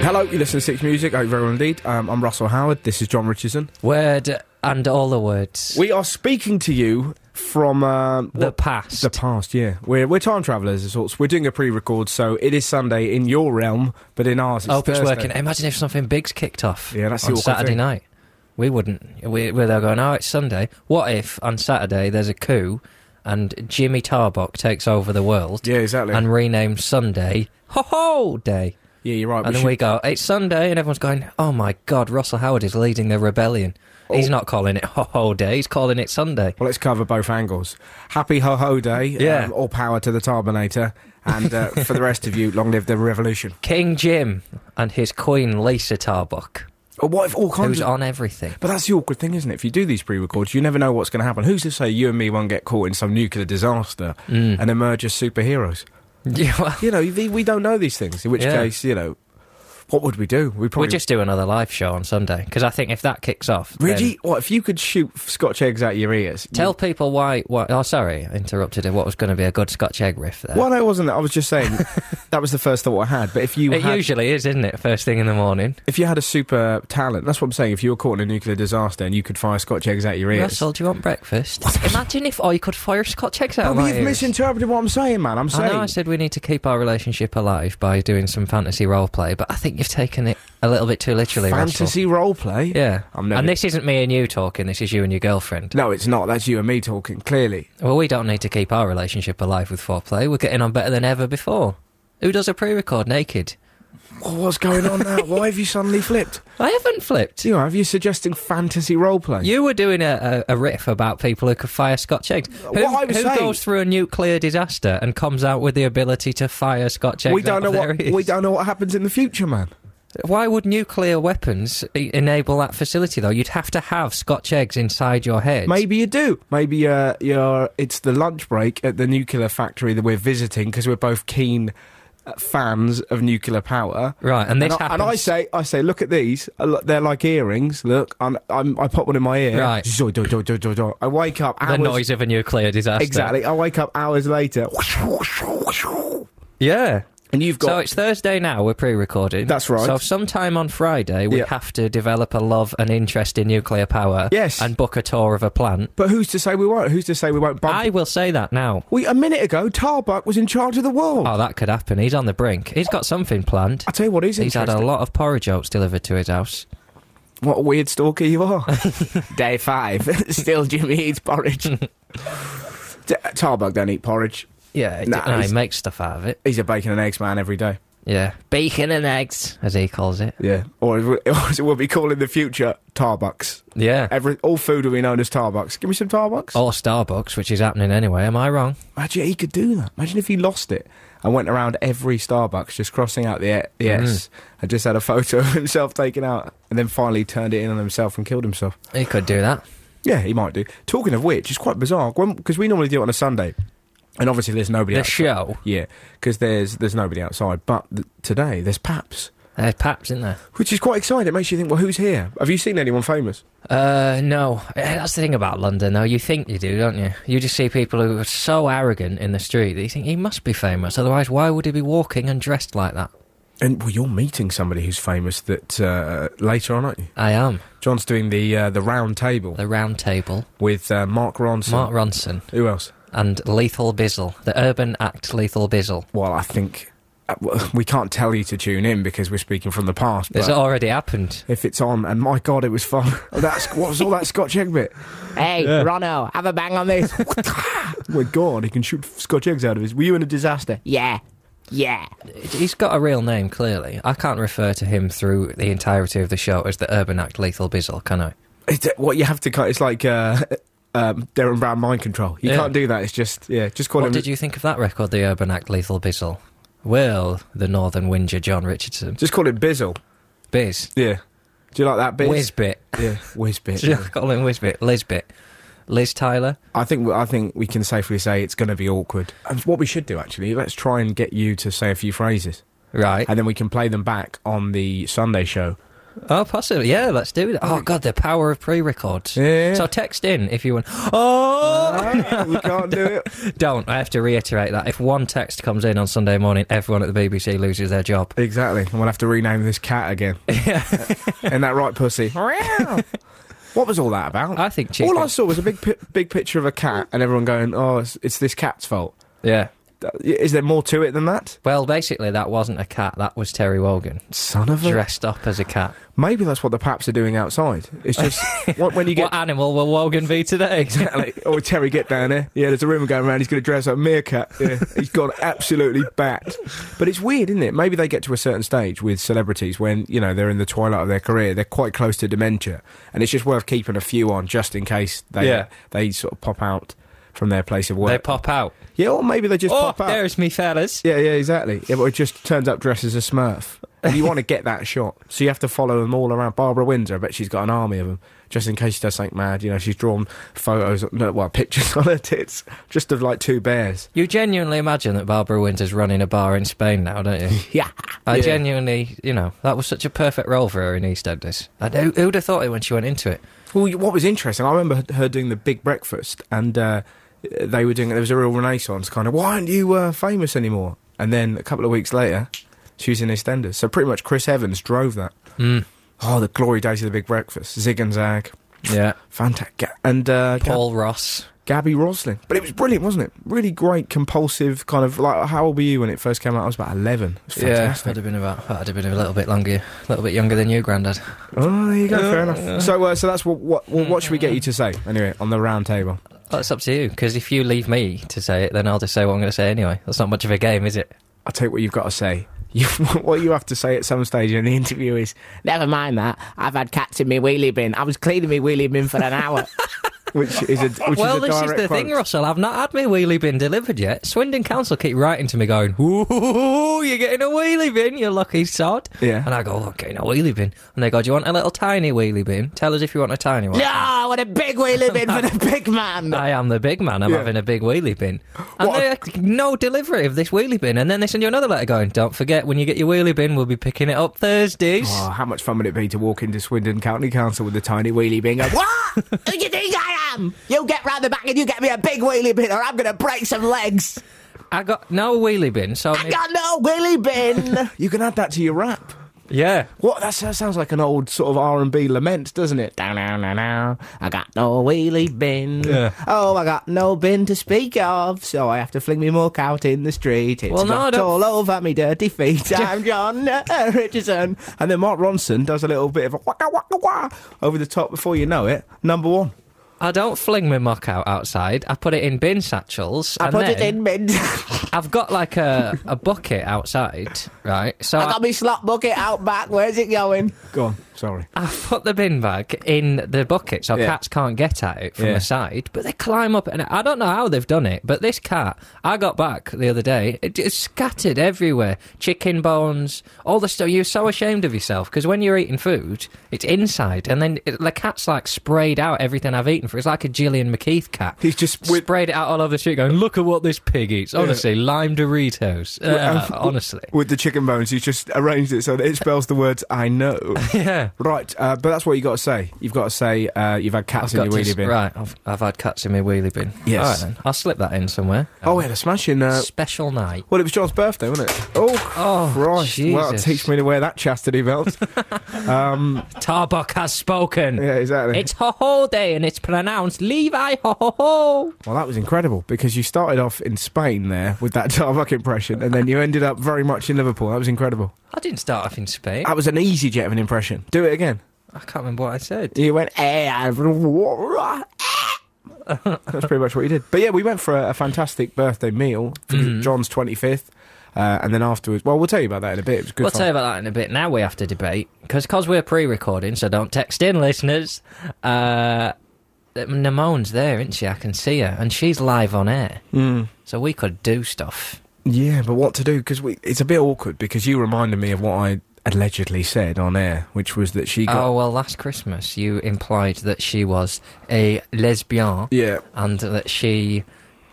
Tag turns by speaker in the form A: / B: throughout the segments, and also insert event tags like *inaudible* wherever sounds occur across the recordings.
A: Hello, you listen to Six Music. I hope very well indeed. Um, I'm Russell Howard. This is John Richardson.
B: Word and all the words.
A: We are speaking to you from um,
B: the
A: what-
B: past.
A: The past, yeah. We're we're time travellers of sorts. We're doing a pre-record, so it is Sunday in your realm, but in ours, it's
B: I hope it's
A: Thursday.
B: working. Imagine Oh, if something big's kicked off
A: Yeah, that's the
B: on
A: awkward
B: Saturday
A: thing.
B: night. We wouldn't. We, we're there going, oh, it's Sunday. What if on Saturday there's a coup and Jimmy Tarbock takes over the world
A: Yeah, exactly.
B: and renames Sunday Ho Ho Day?
A: yeah, you're right.
B: and then
A: should-
B: we go, it's Sunday, and everyone's going, oh my God, Russell Howard is leading the rebellion.
A: Oh.
B: He's not calling it Ho Ho Day, he's calling it Sunday.
A: well, let's cover both angles. Happy ho ho day.
B: Yeah.
A: Um, all power to the Tarbinator, and uh, for the rest of you, long live the revolution.
B: King Jim and his queen Lisa Tarbuck,
A: Oh, what if all kinds
B: who's
A: of
B: on everything.
A: But that's the awkward thing, isn't it? If you do these pre-records, you never know what's going to happen. Who's to say you and me won't get caught in some nuclear disaster
B: Mm.
A: and emerge as superheroes?
B: Yeah, well,
A: You know, we we don't know these things. In which
B: Yeah.
A: case, you know, what would we do? We
B: we'll
A: probably
B: just do another live show on Sunday because I think if that kicks off, then
A: Reggie. What if you could shoot Scotch eggs out your ears?
B: tell people why. Why? Oh, sorry, I interrupted it. What was going to be a good Scotch egg riff there?
A: You, well, no, it wasn't that. I was just
B: *laughs*
A: saying that was the first thought I had. But if you
B: It
A: had,
B: usually is, isn't it? First thing in the morning.
A: if you had a super talent, that's what I'm saying. If you were caught in a nuclear disaster and you could fire Scotch eggs out your ears.
B: Russell, do you want breakfast? Imagine if I could fire Scotch eggs out
A: Oh,
B: of my
A: you've
B: ears.
A: misinterpreted what I'm saying, man. I'm
B: I
A: saying
B: know I said we need to keep our relationship alive by doing some fantasy role play, but I think you've taken it a little bit too literally. Russell.
A: fantasy role play.
B: Yeah.
A: I'm never-
B: And this isn't me and you talking, this is you and your girlfriend.
A: No, it's not. That's you and me talking. Clearly,
B: Well, we don't need to keep our relationship alive with foreplay. We're getting on better than ever before. Who does a pre record naked?
A: Well, what's going on now? Why have you suddenly flipped?
B: I haven't
A: *laughs*
B: flipped.
A: Do you have you suggesting fantasy roleplay?
B: You were doing a, a, a riff about people who could fire Scotch eggs. Who,
A: What I was
B: who
A: saying-
B: goes through a nuclear disaster and comes out with the ability to fire Scotch eggs?
A: we don't
B: out
A: know
B: of
A: what
B: their ears?
A: we don't know what happens in the future, man.
B: Why would nuclear weapons e- enable that facility though? You'd have to have Scotch eggs inside your head.
A: Maybe you do. Maybe uh, you're. It's the lunch break at the nuclear factory that we're visiting because we're both keen uh, fans of nuclear power.
B: Right, and this
A: and, I,
B: happens.
A: and I say, I say, look at these. I look- They're like earrings. Look, I'm, I'm, I pop one in my ear.
B: Right.
A: Zoy, do, do, do, do, do. I wake up.
B: the
A: Hours,
B: noise of a nuclear disaster.
A: Exactly. I wake up hours later. *laughs*
B: Yeah.
A: And you've got.
B: So it's Thursday now. We're pre-recording.
A: That's right.
B: So sometime on Friday, we
A: Yeah.
B: have to develop a love and interest in nuclear power.
A: Yes.
B: And book a tour of a plant.
A: but who's to say we won't? Who's to say we won't bump
B: I will say that now.
A: We a minute ago, Tarbuck was in charge of the world.
B: Oh, that could happen. He's on the brink. He's got something planned.
A: I tell you what, he's
B: He's had a
A: interesting.
B: lot of porridge oats delivered to his house.
A: What a weird stalker you
B: *laughs*
A: are. Day five, *laughs* still Jimmy eats porridge. D- Tarbuck don't eat porridge.
B: Yeah, he,
A: Nah,
B: d- no, he
A: he's-
B: makes stuff out of it.
A: He's a bacon and eggs man every day.
B: Yeah, bacon and eggs, as he calls it.
A: Yeah, or *laughs* it will- or it will be called in the future Tarbucks.
B: Yeah,
A: Every all food will be known as Tarbucks. Give me some Tarbucks.
B: or Starbucks, which is happening anyway. Am I wrong?
A: Imagine he could do that. Imagine if he lost it and went around every Starbucks, just crossing out the, e- the S, and just had a *laughs* photo of himself taken out, and then finally turned it in on himself and killed himself.
B: He could do that.
A: Yeah, he might do. Talking of which, it's quite bizarre because we normally do it on a Sunday, and obviously there's nobody.
B: The
A: outside.
B: show.
A: Yeah, because there's there's nobody outside. But th- today there's Paps,
B: There's Paps in there.
A: which is quite exciting. It makes you think, well, who's here? Have you seen anyone famous?
B: Uh, no. Eh, That's the thing about London, though. You think you do, don't you? You just see people who are so arrogant in the street that you think he must be famous. Otherwise, why would he be walking and dressed like that?
A: And well, you're meeting somebody who's famous that uh, later on, aren't you?
B: I am.
A: John's doing the uh, the round table
B: The Round Table,
A: with uh, Mark Ronson.
B: Mark Ronson,
A: Who else?
B: and Lethal Bizzle. The urban act Lethal Bizzle.
A: Well, I think uh, well, we can't tell you to tune in because we're speaking from the past.
B: It's
A: But
B: already happened.
A: if it's on, and my God, it was fun. *laughs* Oh, That's what was all that Scotch egg bit.
C: Hey, Ronno, have a bang on this.
A: Oh my god, he can shoot scotch eggs out of his. Were you in a disaster?
C: yeah, yeah.
B: He's got a real name, clearly. I can't refer to him through the entirety of the show as the urban act Lethal Bizzle, can I?
A: It's, uh, what you have to cut. It's like uh, um, Darren Brown mind control. You
B: Yeah.
A: can't do that. It's just yeah, just call
B: What
A: him.
B: did you think of that record, the urban act Lethal Bizzle? Well, the Northern Whinger John Richardson.
A: Just call him Bizzle.
B: Biz.
A: Yeah. Do you like that Biz?
B: Whizbit.
A: Yeah, *laughs* Whizbit.
B: *laughs* Yeah, call him Whizbit. Lizbit. Liz Tyler.
A: I think I think we can safely say it's going to be awkward. And what we should do actually, let's try and get you to say a few phrases,
B: Right.
A: and then we can play them back on the Sunday show.
B: Oh, possibly. Yeah, let's do that. Oh, God, the power of pre records.
A: Hmm. Yeah, yeah, Uh-huh. yeah. *laughs*
B: So text in if you want. Oh!
A: we can't do it.
B: Don't. I have to reiterate that. If one text comes in on Sunday morning, everyone at the BBC loses their job.
A: *laughs* Exactly. And we'll have to rename this cat *laughs* again. and that right *laughs* pussy. what was all that about?
B: I think cheap.
A: all I saw was a big pi- big picture of a cat and everyone going, oh, it's, it's this cat's fault.
B: Yeah.
A: Th- Is there more to it than that?
B: Well, basically, that wasn't a cat. That was Terry Wogan
A: Son of a.
B: dressed up as a cat.
A: Maybe that's what the paps are doing outside. It's *laughs* just wh- when you get.
B: What animal will Wogan
A: *laughs*
B: be today?
A: Exactly. Oh, Terry, get down here. Yeah, there's a rumour going around. He's going to dress up meerkat. Yeah, *laughs* he's gone
B: *laughs*
A: absolutely bat. But it's weird, isn't it? Maybe they get to a certain stage with celebrities when you know they're in the twilight of their career. They're quite close to dementia, and it's just worth keeping a few on just in case they
B: Yeah.
A: they sort of pop out from their place of
B: they
A: work.
B: pop out.
A: yeah, or maybe they just
B: Oh,
A: pop out.
B: there's me, fellas.
A: Yeah, yeah, exactly. Yeah, but it just turns up dressed as a Smurf. And you want to get that shot, so you have to follow them all around. Barbara Windsor, I bet she's got an army of them, just in case she does something mad. You know, she's drawn photos, no, well, pictures *laughs* on her tits, just of like two bears.
B: You genuinely imagine that Barbara Windsor's running a bar in Spain now, don't you?
C: Yeah.
B: I
A: Yeah.
B: genuinely, you know, that was such a perfect role for her in EastEnders. And who, who'd have thought it when she went into it?
A: Well, what was interesting, I remember her- her doing the Big Breakfast, and uh, they were doing there was a real renaissance kind of. Why aren't you uh, famous anymore? And then a couple of weeks later, she was in EastEnders. So pretty much, Chris Evans drove that.
B: Mm,
A: Oh, the glory days of the Big Breakfast, zig and zag,
B: yeah,
A: fantastic, and uh,
B: Paul Ross.
A: Gabby Roslin. But it was brilliant, wasn't it? Really great, compulsive, kind of like how old were you when it first came out? I was about eleven. It was
B: I'd
A: fantastic.
B: have been about. I'd have been a little bit longer, a little bit younger than you, Grandad.
A: Oh, there you go. Fair
B: Yeah.
A: enough. So, uh, so that's what what what what should we get you to say anyway on the round table?
B: That's up to you. Because if you leave me to say it, then I'll just say what I'm going to say anyway. That's not much of a game, is it?
A: I'll tell you what you've got to say. *laughs* You, what you have to say at some stage in the interview is
C: Never mind that. I've had cats in my wheelie bin. I was cleaning my wheelie bin for an hour.
A: which is a which
B: *laughs* well,
A: is a
B: this is
A: direct
B: the
A: quote.
B: thing, Russell. I've not had my wheelie bin delivered yet. Swindon Council keep writing to me, going, "Ooh, you're getting a wheelie bin, you lucky sod."
A: Yeah.
B: And I go, "Look, getting a wheelie bin," and they go, "Do you want a little tiny wheelie bin? Tell us if you want a tiny one."
C: no, I want a big wheelie bin for the big man.
B: I am the big man. I'm
A: Yeah.
B: having a big wheelie bin. And
A: What
B: they
A: a-
B: had no delivery of this wheelie bin. And then they send you another letter going, don't forget, when you get your wheelie bin, we'll be picking it up Thursdays.
A: Oh, how much fun would it be to walk into Swindon County Council with the tiny wheelie bingo? *laughs*
C: What? Who do you think I am? You get round the back and you get me a big wheelie bin or I'm going to break some legs.
B: I got no wheelie bin. So, I
C: I
B: mean-
C: got no wheelie bin.
A: You can add that to your rap.
B: yeah.
A: What that so- sounds like an old sort of R and B lament, doesn't it?
C: Down, down, down, down. I got no wheelie bin.
A: Yeah.
C: Oh, I got no bin to speak of, so I have to fling me muck out in the street. It's
B: Well, no, I
C: got
B: don't-
C: all over me dirty feet. I'm John uh, Richardson.
A: And then Mark Ronson does a little bit of a waka waka wah over the top before you know it. Number one.
B: I don't fling my muck out outside. I put it in bin satchels.
C: I
B: and
C: put it
B: then
C: in *laughs* bin.
B: I've got like a, a bucket outside, right? So
C: I
B: I,
C: got me slot bucket out back. Where's it going?
A: Go on. Sorry.
B: I put the bin bag in the bucket so
A: Yeah.
B: cats can't get at it from
A: Yeah.
B: the side, but they climb up. And I don't know how they've done it, but this cat, I got back the other day, it just scattered everywhere chicken bones, all the stuff. You're so ashamed of yourself because when you're eating food, it's inside, and then it, the cat's like sprayed out everything I've eaten for. It's like a Gillian McKeith cat.
A: He's just *laughs* with,
B: sprayed it out all over the street going, look at what this pig eats. Honestly, lime Doritos. Uh,
A: *laughs*
B: honestly. *laughs*
A: with the chicken bones. He's just arranged it so that it spells the words "I know." *laughs*
B: Yeah.
A: right, uh, but that's what you got to say. You've got to say uh, you've had cats in
B: Got
A: your
B: to
A: wheelie
B: s-
A: bin.
B: Right, I've, I've had cats in my wheelie bin.
A: Yes.
B: All right, then. I'll slip that in somewhere.
A: Oh, we had a smashing. Uh,
B: Special night.
A: well, it was John's birthday, wasn't it? Oh,
B: Oh,
A: Christ! Well,
B: Jesus.
A: teach me to wear that chastity *laughs* belt. um,
B: Tarbuck has spoken.
A: yeah, exactly.
B: It's ho ho day and it's pronounced Levi ho ho ho.
A: Well, that was incredible because you started off in Spain there with that *laughs* Tarbuck impression, and then you ended up very much in Liverpool. That was incredible.
B: I didn't start off in Spain. I,
A: That was an easy jet of an impression. Do it again.
B: can't remember what I said.
A: You went, eh, I- *laughs* that's pretty much what you did. But yeah, we went for a, a fantastic birthday meal for
B: Mm-hmm.
A: John's 25th. Uh, and then afterwards, well, we'll tell you about that in a bit. It was good
B: We'll
A: fun.
B: tell you about that in a bit. Now we have to debate because we're pre-recording, so don't text in, listeners. Uh, Nimone's there, isn't she? I can see her, and she's live on air,
A: Mm.
B: so we could do stuff.
A: Yeah, but what to do? Because it's a bit awkward because you reminded me of what I allegedly said on air, which was that she got.
B: Oh well, last Christmas you implied that she was a lesbian
A: Yeah.
B: and that she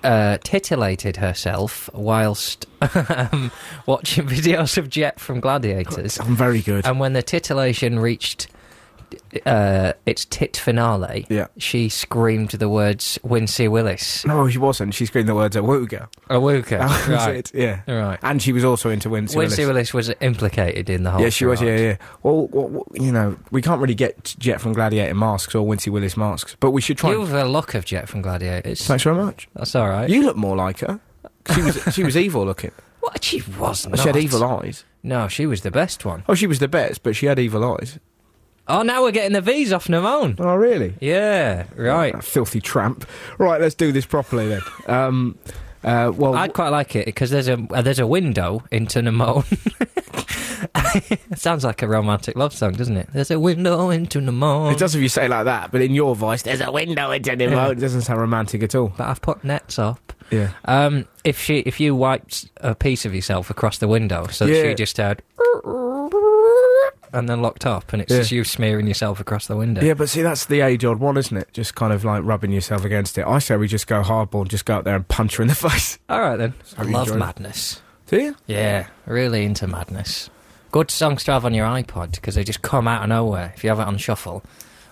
B: uh, titillated herself whilst *laughs* um, watching *laughs* videos of Jet from Gladiators.
A: I'm very good.
B: And when the titillation reached uh, its tit finale,
A: Yeah.
B: she screamed the words Wincy Willis.
A: no, she wasn't. She screamed the words at Wooga.
B: Awooka.
A: *laughs* That was
B: Oh, Right.
A: it, Yeah.
B: Right.
A: And she was also into Wincy Willis.
B: Wincy Willis was implicated in the whole
A: Yeah, she was. Yeah,
B: charade.
A: yeah. Well, well, well, you know, we can't really get Jet from Gladiator masks or Wincy Willis masks, but we should try.
B: You
A: and...
B: have a look of Jet from Gladiators.
A: Thanks very much.
B: That's all right.
A: You look more like her. She was she was evil looking.
B: What? She was
A: *laughs*
B: not.
A: She had evil eyes.
B: No, she was the best one.
A: Oh, she was the best, but she had evil eyes.
B: Oh, now we're getting the V's off Namone.
A: Oh, really?
B: Yeah, right.
A: That filthy tramp. Right, let's do this properly then. Um, uh, well,
B: I'd quite like it because there's a uh, there's a window into Namone. it *laughs* sounds like a romantic love song, doesn't it? There's a window into Namone.
A: it does if you say it like that, but in your voice, *laughs* there's a window into the moon. It doesn't sound romantic at all.
B: But I've put nets up.
A: Yeah.
B: Um, if she if you wiped a piece of yourself across the window, so that
A: Yeah.
B: she just had and then locked up, and it's
A: Yeah.
B: just you smearing yourself across the window.
A: Yeah, but see, that's the age old one, isn't it? Just kind of like rubbing yourself against it. I say we just go hardball and just go out there and punch her in the *laughs* face.
B: All right then.
A: hope you
B: Love
A: enjoyed it.
B: madness.
A: Do you?
B: Yeah, really into madness. Good songs to have on your iPod because they just come out of nowhere if you have it on shuffle.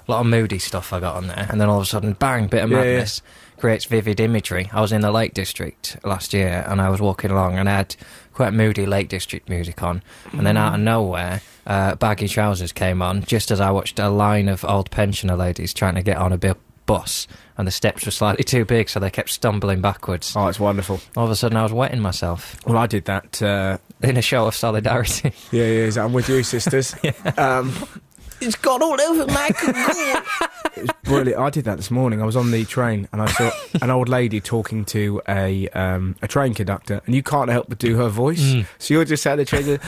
B: A lot of moody stuff I got on there, and then all of a sudden, bang! Bit of
A: Yeah, yeah.
B: madness creates vivid imagery. I was in the Lake District last year, and I was walking along, and I had quite moody Lake District music on, and then out of nowhere, uh, baggy trousers came on just as I watched a line of old pensioner ladies trying to get on a bu- bus, and the steps were slightly too big, so they kept stumbling backwards.
A: Oh, it's wonderful.
B: All of a sudden, I was wetting myself
A: Well, I did that. Uh,
B: in a show of solidarity. *laughs*
A: yeah, yeah, is that- I'm with you, *laughs* sisters. um,
C: It's got all over *laughs* my
A: Brilliant. I did that this morning. I was on the train and I saw an old lady talking to a um, a train conductor, and you can't help but do her voice. So you're just sat there train, going,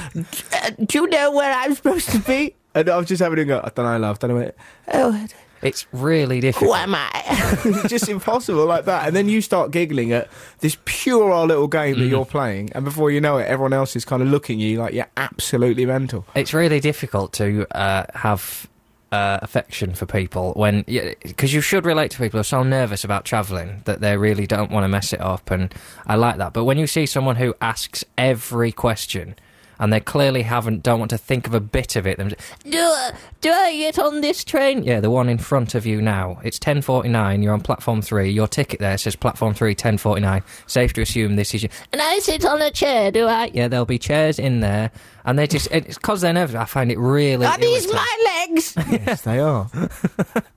A: "Uh, do you know where I'm supposed to be? And I was just having a go. I don't know, love. Don't know where.
C: Oh,
B: It's really difficult.
C: who am I?
A: *laughs* It's just impossible like that. And then you start giggling at this puerile little game that you're playing, and before you know it, everyone else is kind of looking at you like you're absolutely mental.
B: It's really difficult to uh, have uh, affection for people when because you should relate to people who are so nervous about traveling that they really don't want to mess it up, and I like that. But when you see someone who asks every question. And they clearly haven't, don't want to think of a bit of it. Them, do, I- do I get on this train? Yeah, the one in front of you now. It's 10.49, you're on platform 3, your ticket there says platform 3, 10.49. Safe to assume this is your... And I sit on a chair, do I? Yeah, there'll be chairs in there. And they just, it's because they're nervous, I find it really...
C: Are these
B: irritating.
C: my legs?
A: yes, they are.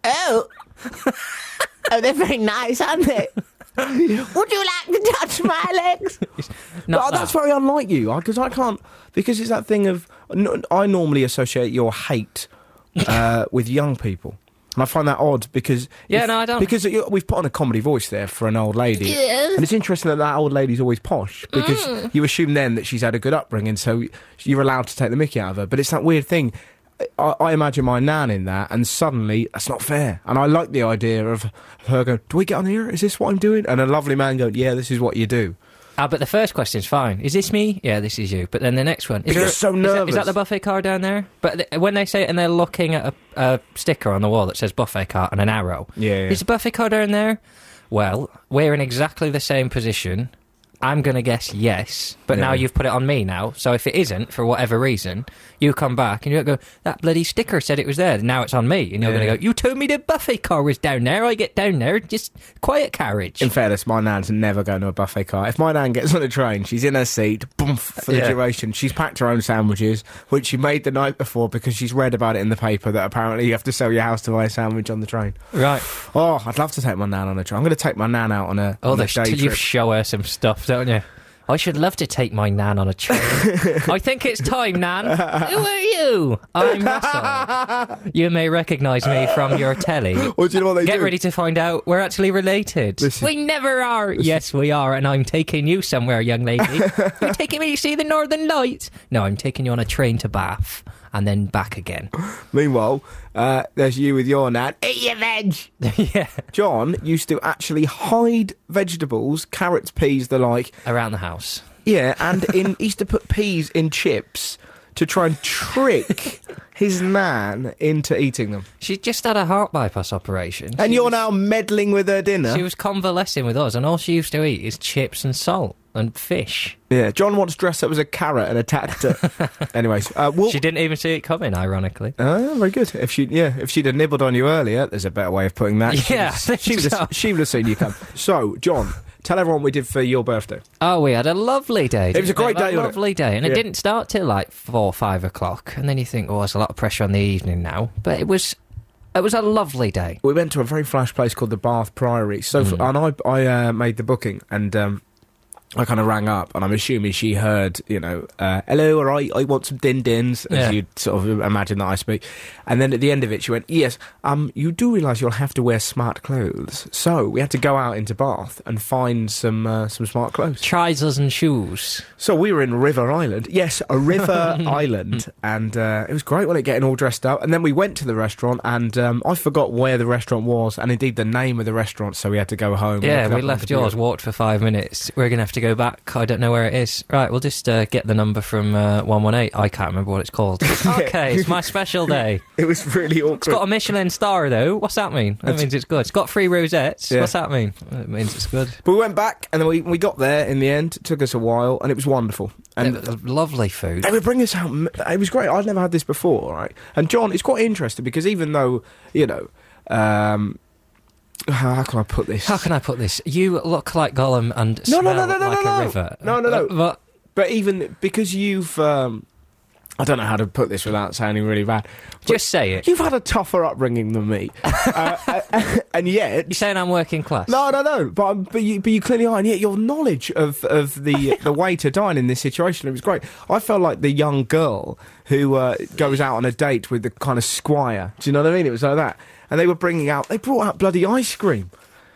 C: Oh. Oh, they're very nice, aren't *laughs* they? Would you like to touch my legs?
B: Not
A: But
B: that.
A: that's very unlike you, because I can't. Because it's that thing of n- I normally associate your hate uh, *laughs* with young people, and I find that odd because
B: Yeah, no, I don't.
A: Because you- we've put on a comedy voice there for an old lady,
C: Yes.
A: and it's interesting that that old lady's always posh because you assume then that she's had a good upbringing, so you're allowed to take the Mickey out of her. But it's that weird thing. I, I imagine my nan in that, and suddenly that's not fair. And I like the idea of her going, "Do we get on here? Is this what I'm doing?" And a lovely man going, "Yeah, this is what you do."
B: Ah, but the first question's fine. Is this me? Yeah, this is you. But then the next one. Is
A: you're
B: there-
A: so
B: is that- Is
A: nervous.
B: that the buffet car down there? But th- when they say it and they're looking at a, a sticker on the wall that says buffet car and an arrow.
A: Yeah, yeah.
B: Is the buffet car down there? Well, we're in exactly the same position. I'm going to guess yes, but now
A: Yeah.
B: you've put it on me now. So if it isn't, for whatever reason, you come back and you go, that bloody sticker said it was there. Now it's on me. And you're
A: Yeah.
B: going to go, you told me the buffet car was down there. I get down there. Just quiet carriage.
A: In fairness, my nan's never going to a buffet car. If my nan gets on a train, she's in her seat boom, for the
B: Yeah.
A: duration. She's packed her own sandwiches, which she made the night before because she's read about it in the paper that apparently you have to sell your house to buy a sandwich on the train.
B: right.
A: Oh, I'd love to take my nan on a train. I'm going to take my nan out on a,
B: Oh,
A: on a
B: they
A: day
B: you
A: trip.
B: show her some stuff, don't you? I should love to take my nan on a trip. I think it's time, nan. Who are you? I'm Russell. You may recognise me from your telly.
A: Well, do you know what they
B: Get
A: do?
B: ready to find out we're actually related.
A: Listen.
B: We never are. Yes, we are, and I'm taking you somewhere, young lady. You're taking me to see the Northern Lights. No, I'm taking you on a train to Bath and then back again. *laughs*
A: Meanwhile, uh, there's you with your nan.
C: Eat your veg.
B: yeah,
A: John used to actually hide vegetables, carrots, peas, the like,
B: around the house.
A: Yeah, and in he used to put peas in chips to try and trick his nan into eating them.
B: She just had a heart bypass operation.
A: And you're now meddling with her dinner.
B: She was convalescing with us, and all she used to eat is chips and salt and fish.
A: yeah, John once dressed up as a carrot and attacked
B: *laughs*
A: her. Anyways, uh, we'll.
B: She didn't even see it coming, ironically.
A: Ah, very good. If she, yeah, if she'd have nibbled on you earlier, there's a better way of putting that. She
B: Yeah,
A: would've-
B: I think
A: she would, have,
B: so.
A: she would have seen you come. So, John, tell everyone what we did for your birthday.
B: Oh, we had a lovely day.
A: It was a great day, wasn't it?
B: lovely day, and it
A: Yeah.
B: didn't start till like four, five o'clock, and then you think, oh, there's a lot of pressure on the evening now. But it was, it was a lovely day.
A: we went to a very flash place called the Bath Priory. So, f and I, I uh, made the booking, and um, I kind of rang up, and I'm assuming she heard, you know, uh, hello, all right, I want some din dins, as
B: Yeah.
A: you'd sort of imagine that I speak. And then at the end of it, she went, yes, um, you do realise you'll have to wear smart clothes. So we had to go out into Bath and find some uh, some smart clothes.
B: Trousers and shoes.
A: So we were in River Island. Yes, a River
B: *laughs*
A: Island. And uh, it was great when it getting all dressed up. And then we went to the restaurant, and um, I forgot where the restaurant was, and indeed the name of the restaurant. So we had to go home.
B: Yeah,
A: Look it
B: we
A: up on
B: left
A: the computer.
B: yours, walked for five minutes. We're going to have to go back. I don't know where it is. Right, we'll just uh, get the number from uh, 118. I can't remember what it's
A: *laughs*
B: called. okay, it's my special day.
A: It was really
B: It's
A: awkward.
B: got a Michelin star, though. What's that mean? That means it's good. It's got three rosettes.
A: Yeah.
B: What's that mean? It means it's good.
A: but we went back, and then we, we got there in the end. It took us a while, and it was wonderful. And
B: It was lovely food.
A: They would bring us out. m- It was great. I'd never had this before, right? And John, it's quite interesting because even though you know, um, how, how can I put this?
B: How can I put this? You look like Gollum and
A: No,
B: smell
A: no, no, no, no,
B: like
A: no,
B: a
A: no.
B: river.
A: No, no, no.
B: Uh, But
A: But even because you've, um, I don't know how to put this without sounding really bad.
B: just say it.
A: You've had a tougher upbringing than me, uh, and
B: You're
A: yet.
B: saying I'm working class.
A: No, no, no. But I'm- but you, but you clearly are, and yet your knowledge of, of the the way to dine in this situation it was great. I felt like the young girl who uh, goes out on a date with the kind of squire. Do you know what I mean? It was like that, and they were bringing out. They brought out bloody ice cream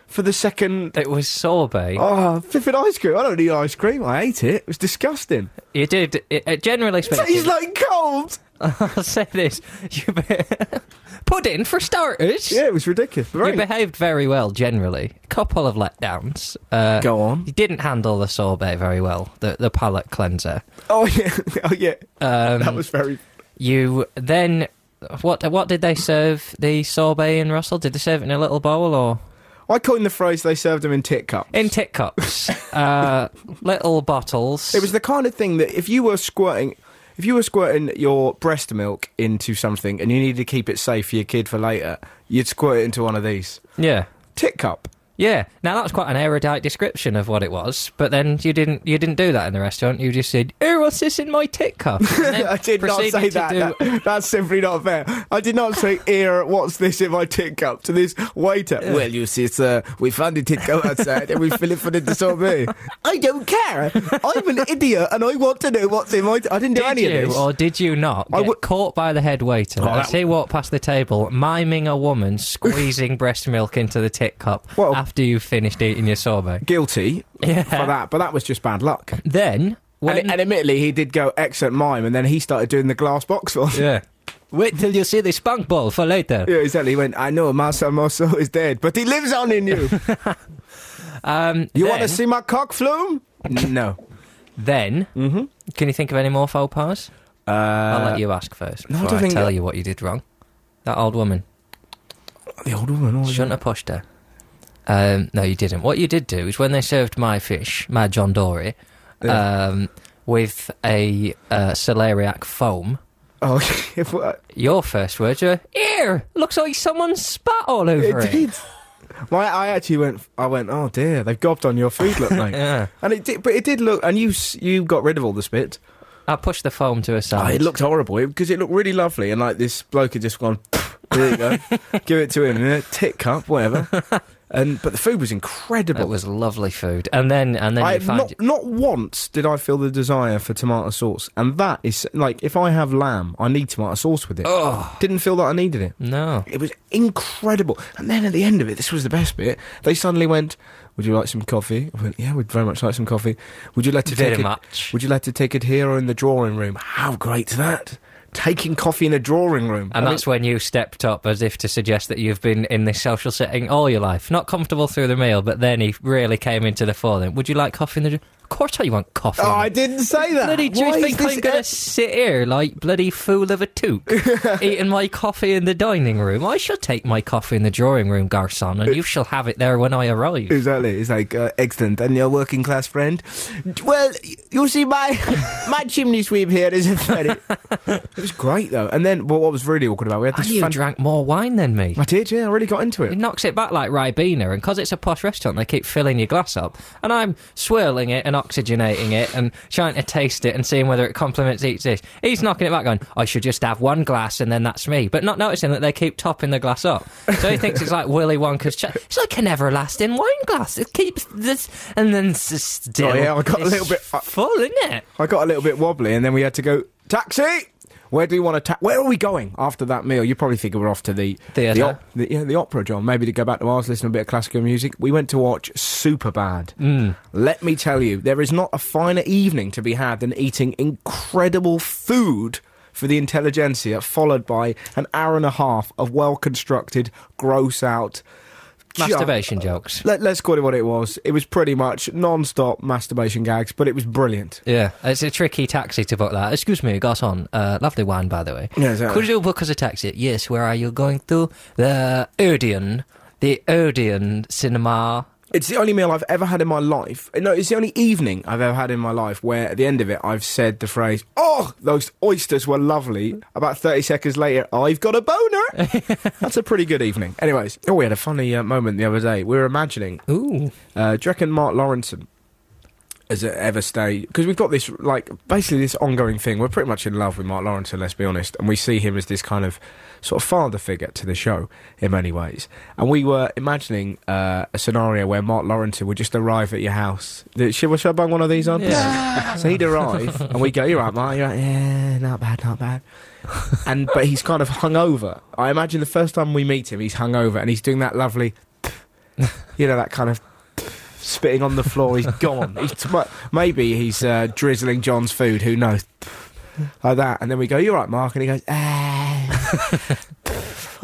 A: for the second.
B: It was sorbet.
A: Oh, flipping ice cream! I don't need ice cream. I ate it. It was disgusting.
B: You did. It, it generally speaking,
A: Tastes like cold.
B: *laughs* I'll say this. You be- *laughs* pudding for starters.
A: Yeah, it was ridiculous. But
B: You
A: very-
B: behaved very well generally. couple of letdowns. Uh,
A: Go on.
B: You didn't handle the sorbet very well. The the palate cleanser.
A: *laughs* Oh yeah, *laughs* oh yeah.
B: Um,
A: That was very.
B: You then. What what did they serve the sorbet in Russell? Did they serve it in a little bowl or
A: I coined the phrase "they served them in tit cups."
B: in
A: *laughs*
B: tit cups? uh, little bottles.
A: it was the kind of thing that if you were squirting, if you were squirting your breast milk into something and you needed to keep it safe for your kid for later, you'd squirt it into one of these
B: yeah.
A: tit cup.
B: Yeah. Now that was quite an erudite description of what it was, but then you didn't you didn't do that in the restaurant. You just said, "Oh, what's this in my
A: *laughs*
B: tit cup?" And then
A: I did not
B: proceeded
A: say
B: to
A: that.
B: do-
A: That- That's simply not fair. I did not say, "Here, what's this in my tit cup?" to this waiter. Well, you see, sir, we found a tit cup outside and we fill it for the
B: *laughs*
A: sorbet. I don't care. I'm an idiot and I want to know what's in my. T- I didn't do
B: Did
A: any
B: you
A: of this.
B: or did you not
A: I
B: get
A: would-
B: caught by the head waiter
A: Oh,
B: as
A: that-
B: he walked past the table, miming
A: *laughs*
B: a woman squeezing breast milk into the tit cup
A: Well-
B: after you finished eating your sorbet?
A: guilty
B: Yeah.
A: for that, but that was just bad luck.
B: Then when
A: And, and admittedly, he did go excellent mime, and then he started doing the glass box one.
B: yeah. Wait till you see the spunk ball for later.
A: *laughs* Yeah, exactly. He went, I know Marcel Mosso is dead, but he lives on in
B: *laughs*
A: you.
B: Um,
A: You
B: then,
A: want to see my cock flume? no.
B: Then,
A: Mm-hmm.
B: can you think of any more faux pas?
A: Uh,
B: I'll let you ask first.
A: no, I
B: before
A: don't think
B: tell
A: that- Oh,
B: you what you did wrong. That old woman
A: The old woman. all
B: shouldn't have pushed her. Um, no, you didn't. What you did do is when they served my fish, my John Dory,
A: Yeah.
B: um, with a uh, celeriac foam.
A: Oh, *laughs* if, uh,
B: Your first words were, "Ear looks like someone spat all over
A: it
B: it."
A: did. My, I actually went. I went. Oh dear, they've gobbed on your food, look, mate.
B: *laughs* Yeah,
A: And it did, but it did look. And you, s- you got rid of all the spit.
B: I pushed the foam to a
A: Oh,
B: side.
A: it looked horrible because it looked really lovely, and like this bloke had just gone, "Here you go,
B: *laughs*
A: give it to him in a tit cup, whatever." And but the food was incredible.
B: It was lovely food, and then and Uh, then
A: I
B: you
A: have
B: find
A: not not once did I feel the desire for tomato sauce, and that is like if I have lamb, I need tomato sauce with it.
B: oh
A: Didn't feel that I needed it.
B: no,
A: It was incredible. And then at the end of it, this was the best bit. They suddenly went, "Would you like some coffee?" I went, "Yeah, we'd very much like some coffee." Would you like to
B: very
A: take it?
B: much.
A: Would you like to take it here or in the drawing room? How great's that? Taking coffee in a drawing room.
B: And
A: I mean,
B: that's when you stepped up as if to suggest that you've been in this social setting all your life, not comfortable through the meal. But then he really came into the fore. Then, would you like coffee in the? course I want coffee.
D: Oh, I didn't say that.
B: Bloody, do you
D: Why is
B: think
D: this
B: I'm going
D: e-
B: to sit here like bloody fool of a toque eating my coffee in the dining room? I shall take my coffee in the drawing room, Garson, and you shall have it there when I arrive.
A: Exactly. It's like, uh, excellent. And your working class friend?
C: Well, you
A: *laughs*
C: see, my my chimney sweep here is a very.
A: It was great, though. And then, well, what was really awkward about it, we had
B: And
A: this
B: you
A: fun-
B: drank more wine than me.
A: I did, yeah. I really got into
B: It
A: it.
B: knocks it back like Ribena, and because it's a posh restaurant, they keep filling your glass up. And I'm swirling it and oxygenating it and trying to taste it and seeing whether it complements each dish. He's knocking it back, going, I should just have one glass and then that's me. But not noticing that they keep topping the glass up. So he thinks
A: *laughs*
B: it's like Willy Wonka's. Ch- it's like an everlasting wine glass. It keeps this and then s- still.
A: Oh, yeah, I got a
B: It's
A: little bit- I-
B: full, isn't it?
A: I got a little bit wobbly, and then we had to go, taxi! Where do you want to ta- Where are we going after that meal? You probably think we're off to the
B: Theatre.
A: the, op- the, yeah, the opera, John. Maybe to go back to ours, listen to a bit of classical music. We went to watch Superbad.
B: Mm.
A: Let me tell you, there is not a finer evening to be had than eating incredible food for the intelligentsia, followed by an hour and a half of well-constructed, gross-out
B: Masturbation jokes.
A: Let, let's call it what it was. It was pretty much non-stop masturbation gags, but it was brilliant.
B: Yeah, it's a tricky taxi to book that. Excuse me, got on. Uh, lovely wine, by the way.
A: Yeah, exactly.
B: Could you book us a taxi? Yes, where are you going to? The Odeon. The Odeon Cinema.
A: It's the only meal I've ever had in my life. No, it's the only evening I've ever had in my life where at the end of it I've said the phrase, "Oh, those oysters were lovely." About 30 seconds later, I've got a boner. That's a pretty good evening. Anyways, oh, we had a funny uh, moment the other day. We were imagining
B: Ooh.
A: uh, do you reckon Mark Lawrenson has e-, ever stayed? Because we've got this, like, basically this ongoing thing. We're pretty much in love with Mark Lawrenson, let's be honest. And we see him as this kind of sort of father figure to the show in many ways. And we were imagining uh, a scenario where Mark Lawrenson would just arrive at your house. Th- Should, should I bang one of these on?
B: Yeah.
A: *laughs* so he'd arrive, and we go, You're right, Mark. You're right. Yeah, not bad, not bad and but he's kind of hungover. I imagine the first time we meet him, he's hungover and he's doing that lovely, *laughs* you know, that kind of spitting on the floor. He's gone. He's t- mu- maybe he's uh, drizzling John's food. Who knows? Like that, and then we go, "You're right, Mark," and he goes, "Ah."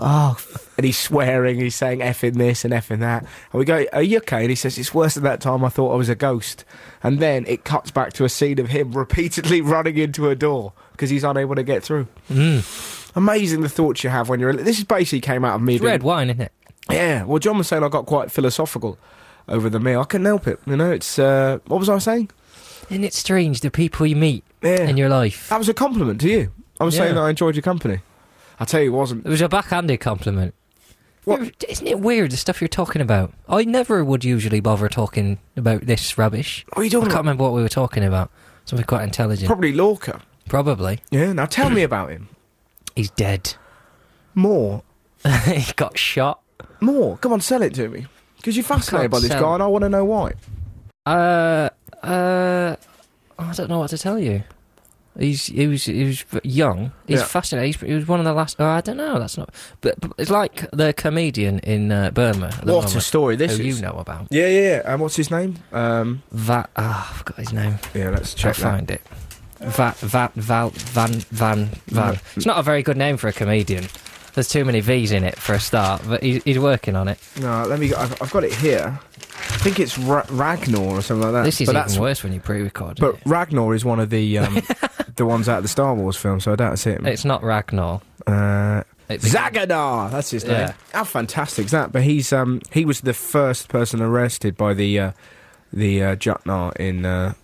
A: Oh, and he's swearing, he's saying F in this and F in that. And we go, Are you okay? And he says, It's worse than that time I thought I was a ghost. And then it cuts back to a scene of him *laughs* repeatedly running into a door because he's unable to get through.
B: Mm.
A: Amazing the thoughts you have when you're. This is basically came out of me.
B: It's
A: being-
B: red wine, isn't it?
A: Yeah. Well, John was saying I got quite philosophical over the meal. I couldn't help it. You know, it's. Uh, what was I saying?
B: Isn't it strange the people you meet
A: Yeah.
B: in your life?
A: that was a compliment to you. I was saying
B: Yeah.
A: that I enjoyed your company. I tell you, it wasn't.
B: It was a backhanded compliment.
A: What-
B: Isn't it weird the stuff you're talking about? I never would usually bother talking about this rubbish.
A: What are you
B: I
A: talking
B: can't
A: about?
B: remember what we were talking about. Something quite intelligent.
A: Probably Lorca.
B: Probably.
A: Yeah. Now tell
B: *clears throat*
A: me about him.
B: He's dead. *laughs*
A: More.
B: he got shot.
A: More. Come on, sell it to me. Because you're fascinated
B: can't
A: by this
B: sell.
A: guy, and I want to know why.
B: Uh, uh, I don't know what to tell you. He's he was he was young. He's
A: Yeah.
B: fascinating. He's, he was one of the last. Oh, I don't know. That's not. But, but it's like the comedian in uh, Burma. At the
A: What a
B: moment,
A: story this
B: who
A: is.
B: you know about
A: Yeah, yeah, yeah. And what's his name? Um,
B: that? Ah, I forgot his name.
A: yeah, let's
B: I'll
A: check that.
B: find it. Vat Vat Val Van Van Van. It's not a very good name for a comedian. There's too many V's in it for a start. But he's, he's working on it.
A: No, let me. I've, I've got it here. I think it's Ra- Ragnar or something like that.
B: This is
A: but
B: even
A: that's
B: worse when you pre-record.
A: But Ragnar is one of the
B: *laughs*
A: um, the ones out of the Star Wars film, so I doubt it's him.
B: it. it's not Ragnar.
A: uh,
B: It begins-
A: Zagadar, that's his name.
B: Yeah.
A: How fantastic's that? But he's um, he was the first person arrested by the uh, the uh, Jutnar in uh,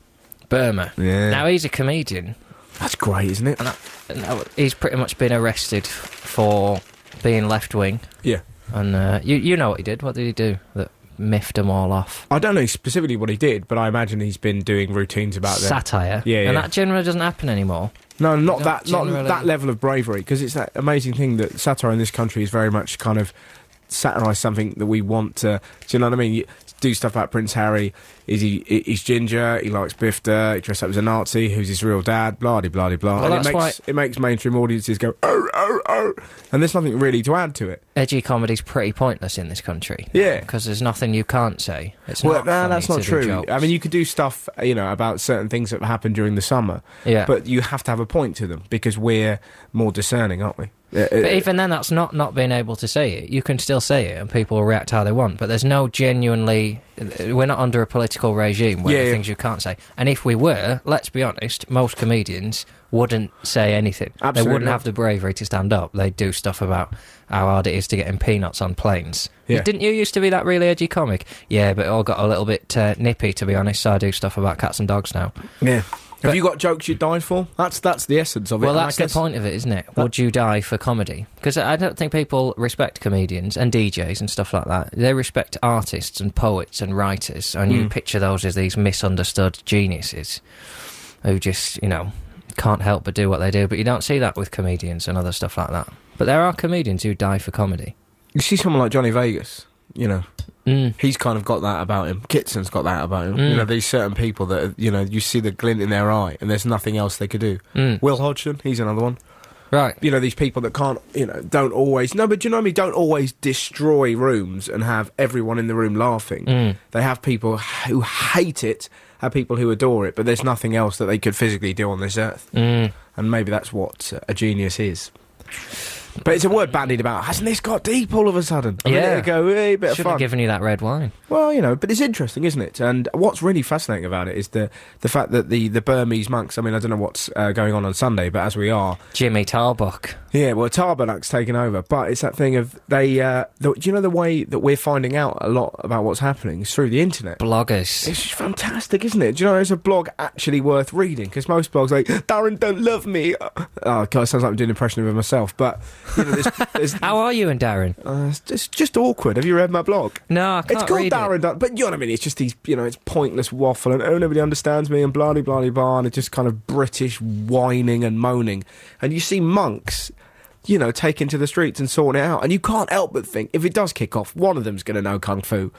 B: Burma.
A: yeah.
B: Now he's a comedian.
A: that's great, isn't it?
B: No, he's pretty much been arrested for being left wing,
A: Yeah.
B: and uh, you you know what he did. What did he do that miffed them all off?
A: I don't know specifically what he did, but I imagine he's been doing routines about that.
B: Satire,
A: Yeah,
B: and
A: yeah.
B: that generally doesn't happen anymore.
A: No, not
B: Not
A: that, not
B: generally.
A: that level of bravery, because it's that amazing thing that satire in this country is very much kind of satirise something that we want to. Do you know what I mean? You do stuff about Prince Harry. Is he? i- He's ginger. He likes bifter. He dressed up as a Nazi. Who's his real dad? Blah de blah de blah.
B: Well,
A: and it
B: that's
A: makes
B: why-
A: it makes mainstream audiences go oh oh oh, and there's nothing really to add to it.
B: Edgy comedy's pretty pointless in this country.
A: Yeah.
B: because there's nothing you can't say. It's
A: Well,
B: not
A: no,
B: funny
A: that's
B: to
A: not
B: do
A: true.
B: jokes.
A: I mean, you could do stuff, you know, about certain things that happened during the summer,
B: yeah,
A: but you have to have a point to them because we're more discerning, aren't we? Yeah,
B: but
A: it-
B: even then, that's not not being able to say it. You can still say it, and people will react how they want. But there's no genuinely. uh, We're not under a political regime where
A: Yeah,
B: there are
A: yeah.
B: things you can't say. And if we were, let's be honest, most comedians wouldn't say anything. they
A: Absolutely
B: wouldn't
A: not.
B: have the bravery to stand up. They do stuff about how hard it is to get in peanuts on planes.
A: Yeah.
B: Didn't you used to be that really edgy comic? Yeah, but it all got a little bit uh, nippy, to be honest. So I do stuff about cats and dogs now.
A: Yeah.
B: But-
A: Have you got jokes you die for? That's that's the essence of it.
B: Well,
A: and I
B: that's the
A: guess-
B: point of it, isn't it? Would you die for comedy? Because I don't think people respect comedians and DJs and stuff like that. They respect artists and poets and writers, and
A: Hmm.
B: you picture those as these misunderstood geniuses who just, you know, can't help but do what they do. But you don't see that with comedians and other stuff like that. But there are comedians who die for comedy.
A: You see someone like Johnny Vegas, you know,
B: Mm.
A: he's kind of got that about him. Kitson's got that about him.
B: Mm.
A: You know, these certain people that, you know, you see the glint in their eye and there's nothing else they could do.
B: Mm.
A: Will Hodgson, he's another one.
B: Right.
A: You know, these people that can't, you know, don't always, no, but do you know what I mean? Don't always destroy rooms and have everyone in the room laughing.
B: Mm.
A: They have people who hate it, have people who adore it, but there's nothing else that they could physically do on this earth.
B: Mm.
A: And maybe that's what uh, a genius is. But it's a word bandied about. Hasn't this got deep all of a sudden? A
B: Yeah.
A: minute ago, hey, bit of
B: Should have
A: fun.
B: given you that red wine.
A: Well, you know, but it's interesting, isn't it? And what's really fascinating about it is the the fact that the, the Burmese monks. I mean, I don't know what's uh, going on on Sunday, but as we are,
B: Jimmy Tarbuck.
A: yeah, well, Tarbanak's taken over. But it's that thing of they. Uh, the, do you know the way that we're finding out a lot about what's happening is through the internet.
B: Bloggers.
A: It's just fantastic, isn't it? Do you know, it's a blog actually worth reading because most blogs like Darren don't love me. Oh God, it sounds like I'm doing an impression of myself, but you know, there's, *laughs* there's,
B: How are you and Darren?
A: uh, it's just, just awkward. Have you read my blog?
B: No, I can't
A: It's called
B: read it.
A: Darren Dun- but you know what I mean? It's just these, you know, it's pointless waffle and oh, nobody understands me and blah, blah, blah, blah, and it's just kind of British whining and moaning. And you see monks, you know, taken to the streets and sorting it out. And you can't help but think if it does kick off, one of them's going to know Kung Fu.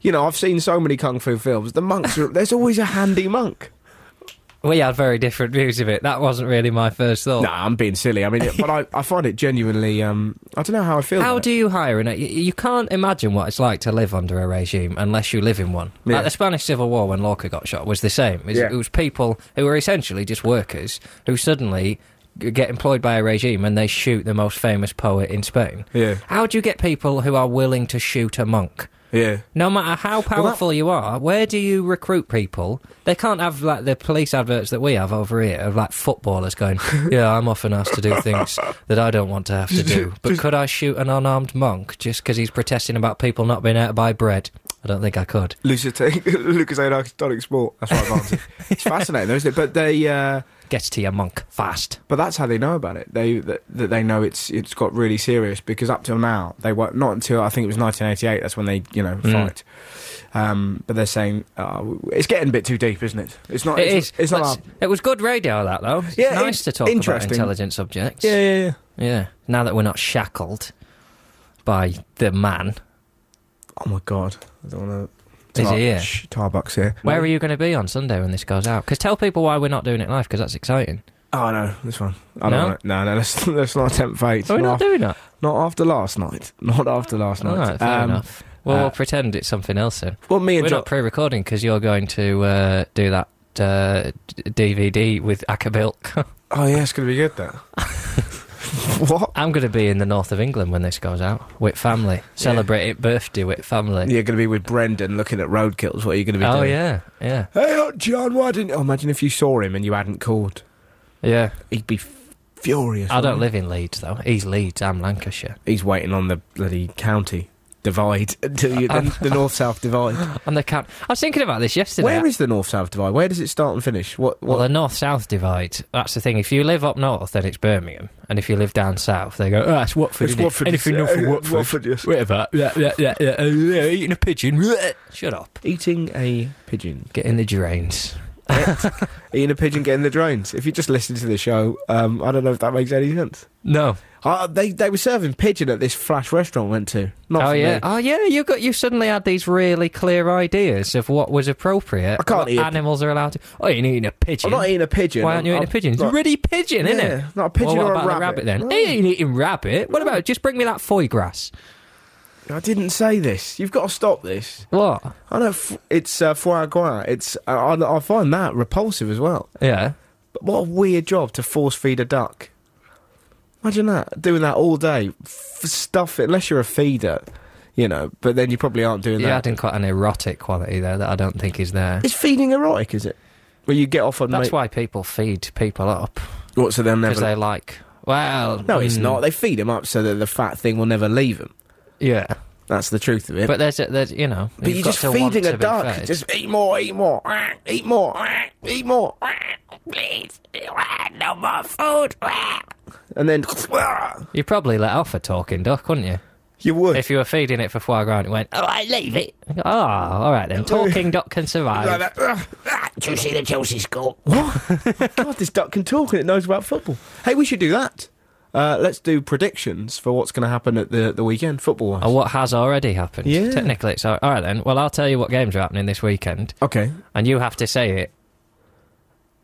A: You know, I've seen so many Kung Fu films. The monks are, there's always a handy monk.
B: We had very different views of it. That wasn't really my first
A: *laughs*
B: thought.
A: Nah, I'm being silly. I mean, it- but I, I find it genuinely, um, I don't know how I feel.
B: How
A: about
B: do you hire an? y- You can't imagine what it's like to live under a regime unless you live in one.
A: Yeah.
B: Like the Spanish Civil War, when Lorca got shot, was the same. It was,
A: Yeah.
B: it was people who were essentially just workers who suddenly g- get employed by a regime and they shoot the most famous poet in Spain.
A: it. Yeah,
B: How do you get people who are willing to shoot a monk?
A: yeah.
B: No matter how
A: that-
B: powerful you are, where do you recruit people? They can't have like the police adverts that we have over here of like
A: *laughs*
B: footballers going, "Yeah, I'm often asked to do things that I don't want to have to do, but could I shoot an unarmed monk just because he's protesting about people not being able to buy bread?" I don't think I could.
A: Lucas *laughs* Anarchistonic Sport. That's what I've *laughs* answered. It's fascinating, though, isn't it? But they, uh,
B: Gets to your monk fast.
A: but that's how they know about it. They that, that they know it's it's got really serious because up till now they were not until I think it was 1988. That's when they you know
B: Mm.
A: fight. Um, but they're saying uh, it's getting a bit too deep, isn't it? It's not.
B: It
A: it's,
B: is.
A: It's not.
B: That's-
A: our-
B: It was good radio that though. It's
A: Yeah,
B: nice
A: in-
B: to talk about
A: interesting.
B: intelligent subjects.
A: yeah, yeah, yeah.
B: yeah. Now that we're not shackled by the man,
A: Oh my god, I don't want to.
B: Is he here?
A: Shh, Tarbuck's here.
B: Where are you going to be on Sunday when this goes out? Because tell people why we're not doing it live, because that's exciting.
A: Oh no, this one. I
B: No?
A: don't want it. No, no, let's *laughs* let's not attempt fate.
B: Are we
A: not,
B: not
A: after,
B: doing that?
A: not after last night. *laughs* Not after last
B: All
A: night.
B: right, fair
A: Um,
B: enough. Well,
A: uh,
B: we'll pretend it's something else then.
A: Well, me and
B: We're
A: John.
B: not pre-recording because you're going to uh, do that uh, d- DVD with Akabilk.
A: Oh yeah, it's gonna be good. That. what?
B: *laughs* I'm going to be in the north of England when this goes out with family, celebrating birthday with family.
A: You're going to be with Brendan looking at roadkills. What are you going to be
B: oh
A: doing?
B: yeah, yeah,
A: Hey, look, John, why didn't? Oh, imagine if you saw him and you hadn't called.
B: yeah.
A: He'd be f- furious.
B: I don't
A: wouldn't
B: live in Leeds though. He's Leeds. I'm Lancashire.
A: he? He's waiting on the bloody county divide *laughs* until you the, the north south
B: *laughs*
A: divide.
B: And the count. I was thinking about this yesterday.
A: Where is the north south divide? Where does it start and finish? What?
B: Well,
A: what?
B: the north south divide. That's the thing. If you live up north, then it's Birmingham, and if you live down south, they go, "Oh, it's Watford." isn't it? Anything north
A: *laughs*
B: of Watford.
A: yes.
B: Whatever. Yeah, yeah, yeah, yeah. Uh, yeah, Eating a pigeon. *laughs* Shut up.
A: Eating a pigeon.
B: Get in the drains.
A: Eating a pigeon, getting the drones. If you just listen to the show, um, I don't know if that makes any sense.
B: No.
A: Uh, they they were serving pigeon at this flash restaurant I went to. Not
B: oh
A: for
B: yeah.
A: me.
B: Oh yeah. You got. You suddenly had these really clear ideas of what was appropriate.
A: I can't
B: what
A: eat a-
B: animals are allowed to. Oh, you're eating a
A: I'm
B: pigeon.
A: not eating a pigeon.
B: Why aren't you
A: I'm-
B: eating a pigeon? It's a
A: not-
B: really pigeon, isn't it?
A: Yeah, Not a pigeon
B: well, what
A: or
B: about
A: a
B: the
A: rabbit.
B: then?
A: No.
B: He ain't eating rabbit. What about just bring me that foie grass?
A: I didn't say this. You've got to stop this.
B: What?
A: I know f- it's uh, foie gras. It's uh, I, I find that repulsive as well.
B: Yeah.
A: But what a weird job to force feed a duck. Imagine that doing that all day. F- stuff it unless you're a feeder, you know. But then you probably aren't doing
B: You're
A: that.
B: adding quite an erotic quality there that I don't think is there.
A: It's feeding erotic, is it? Where you get off on
B: That's
A: ma-
B: why people feed people up
A: what's of them
B: because
A: never.
B: they like. Well,
A: no, it's
B: mm,
A: not. They feed them up so that the fat thing will never leave them.
B: Yeah,
A: That's the truth of it.
B: but there's a, there's you know.
A: But
B: you've
A: you're
B: got
A: just
B: to want
A: feeding
B: to
A: a
B: be
A: duck.
B: fed.
A: Just eat more, eat more, eat more, eat more. Please, no more food. And then
B: You probably let off a talking duck, wouldn't you?
A: you would.
B: If you were feeding it for foie gras, and it went.
C: *laughs* All right, leave it.
B: Oh, all right then. Talking duck can
A: Like
B: survive.
A: that. Ugh. Ah.
C: Do you see the Chelsea *laughs* score?
A: God, this duck can talk and it knows about football. Hey, we should do that. Uh, let's do predictions for what's going to happen at the, the weekend football wise.
B: Or what has already happened.
A: Yeah.
B: Technically, it's all all right then. Well, I'll tell you what games are happening this weekend,
A: Okay.
B: and you have to say it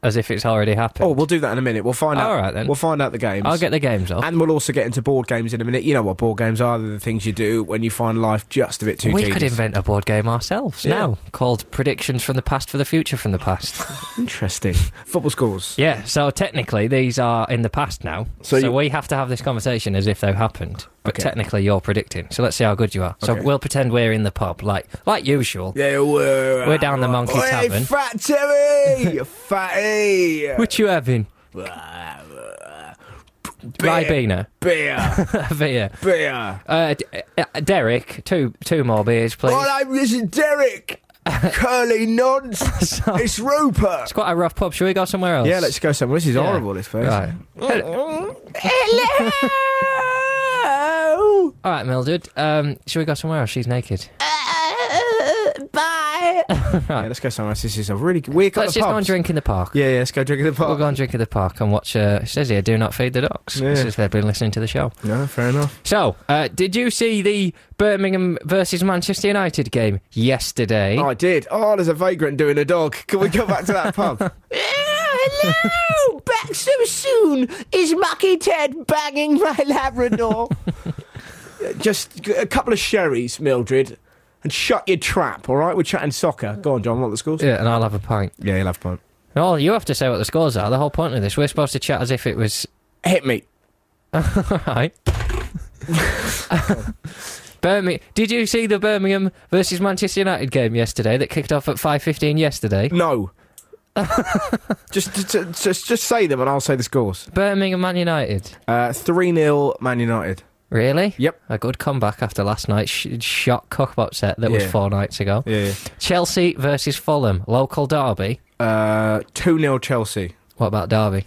B: as if it's already happened.
A: Oh, we'll do that in a minute. We'll find out.
B: All right, then.
A: We'll find out the games.
B: I'll get the games up.
A: and we'll also get into board games in a minute. You know what board games are? They're the things you do when you find life just a bit too
B: we
A: tedious.
B: could invent a board game ourselves
A: Yeah.
B: now called Predictions from the Past for the Future from
A: *laughs*
B: the Past.
A: Interesting. Football scores.
B: yeah, so technically these are in the past now.
A: So
B: So,
A: you-
B: we have to have this conversation as if they've happened. But
A: Okay.
B: technically you're predicting. So let's see how good you are. So
A: Okay.
B: we'll pretend we're in the pub, like like usual.
A: Yeah, we're,
B: We're down the Monkey
A: Oi,
B: Tavern.
A: Fat Terry!
B: *laughs*
A: Fatty!
B: What you having? Ribena. *laughs*
A: Beer!
B: Beer.
A: Beer!
B: Uh, D- uh, Derek, two two more beers, please. *laughs*
A: All I'm is Derek! Curly nods! it's Rupert!
B: it's quite a rough pub. Should we go somewhere else?
A: Yeah, let's go somewhere. This is
B: Yeah.
A: horrible, this place.
B: Right.
C: Hello.
B: All right, Mildred. Um, should we go somewhere else? She's naked.
C: Uh, bye.
A: Yeah, let's go somewhere else. This is a really weird
B: Let's just go and drink in the park.
A: Yeah, yeah, let's go drink at the
B: We'll
A: park.
B: go and drink at the park and watch. Uh, it says here, do not feed the ducks.
A: Yeah.
B: It says they've been listening to the show.
A: No, fair enough.
B: So, uh, did you see the Birmingham versus Manchester United game yesterday?
A: Oh, I did. Oh, there's a vagrant doing a dog. Can we go back to that *laughs* pub?
C: *laughs* Hello. Back so soon. Is Mucky Ted banging my Labrador?
A: Just a couple of sherries, Mildred, and shut your trap, all right? We're chatting soccer. Go on, John, what are the scores?
B: Yeah, and I'll have a pint.
A: Yeah, you'll have fun.
B: Oh, you have to say what the scores are. The whole point of this, we're supposed to chat as if it was *laughs*
A: Hit me.
B: Right. Birmingham. Did you see the Birmingham versus Manchester United game yesterday that kicked off at 5:15 yesterday?
A: No. *laughs* just, just, just, just say them and I'll say the scores.
B: Birmingham Man United.
A: 3 0 Man United.
B: Really?
A: Yep.
B: A good comeback after last night's sh- shock cock upset that was
A: Yeah.
B: four nights ago.
A: Yeah.
B: Chelsea versus Fulham, local derby.
A: 2 0 Uh, Chelsea.
B: What about Derby?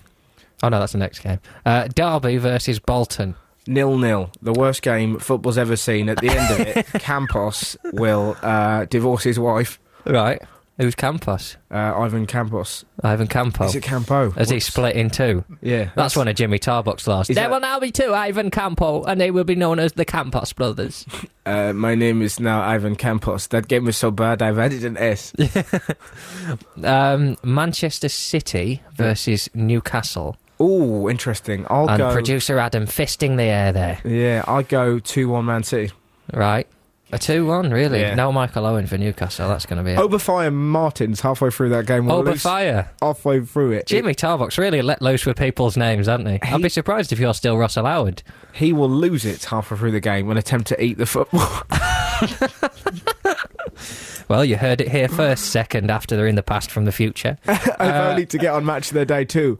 B: Oh no, that's the next game. Uh, derby versus Bolton.
A: Nil nil. The worst game football's ever seen. At the end of *laughs* it, Campos will uh, divorce his wife,
B: Right. Who's Campos?
A: uh, Ivan Campos.
B: Ivan Campo.
A: Is it Campo?
B: As he split in two.
A: Yeah.
B: That's one of Jimmy Tarbuck's last.
A: Is
B: There
A: that-
B: will now be two Ivan Campo, and they will be known as the Campos brothers.
A: Uh, my name is now Ivan Campos. That game was so bad I've added an S.
B: Um, Manchester City versus Newcastle,
A: Ooh, interesting. I'll
B: and
A: go.
B: producer Adam fisting the air there.
A: yeah, I go two one Man City.
B: Right, a two-one really.
A: Yeah.
B: No Michael Owen for Newcastle. That's going to be it.
A: Oberfire Martins halfway through that game. will
B: Oh, but
A: lose-
B: fire!
A: halfway through it.
B: Jimmy Tarbuck's really let loose with people's names, hasn't he? I'd be surprised if you're still Russell Howard.
A: He will lose it halfway through the game and attempt to eat the football. *laughs*
B: Well, you heard it here first, second after they're in the past from
A: *laughs*
B: the future.
A: if
B: Uh,
A: only to get on match of their day too.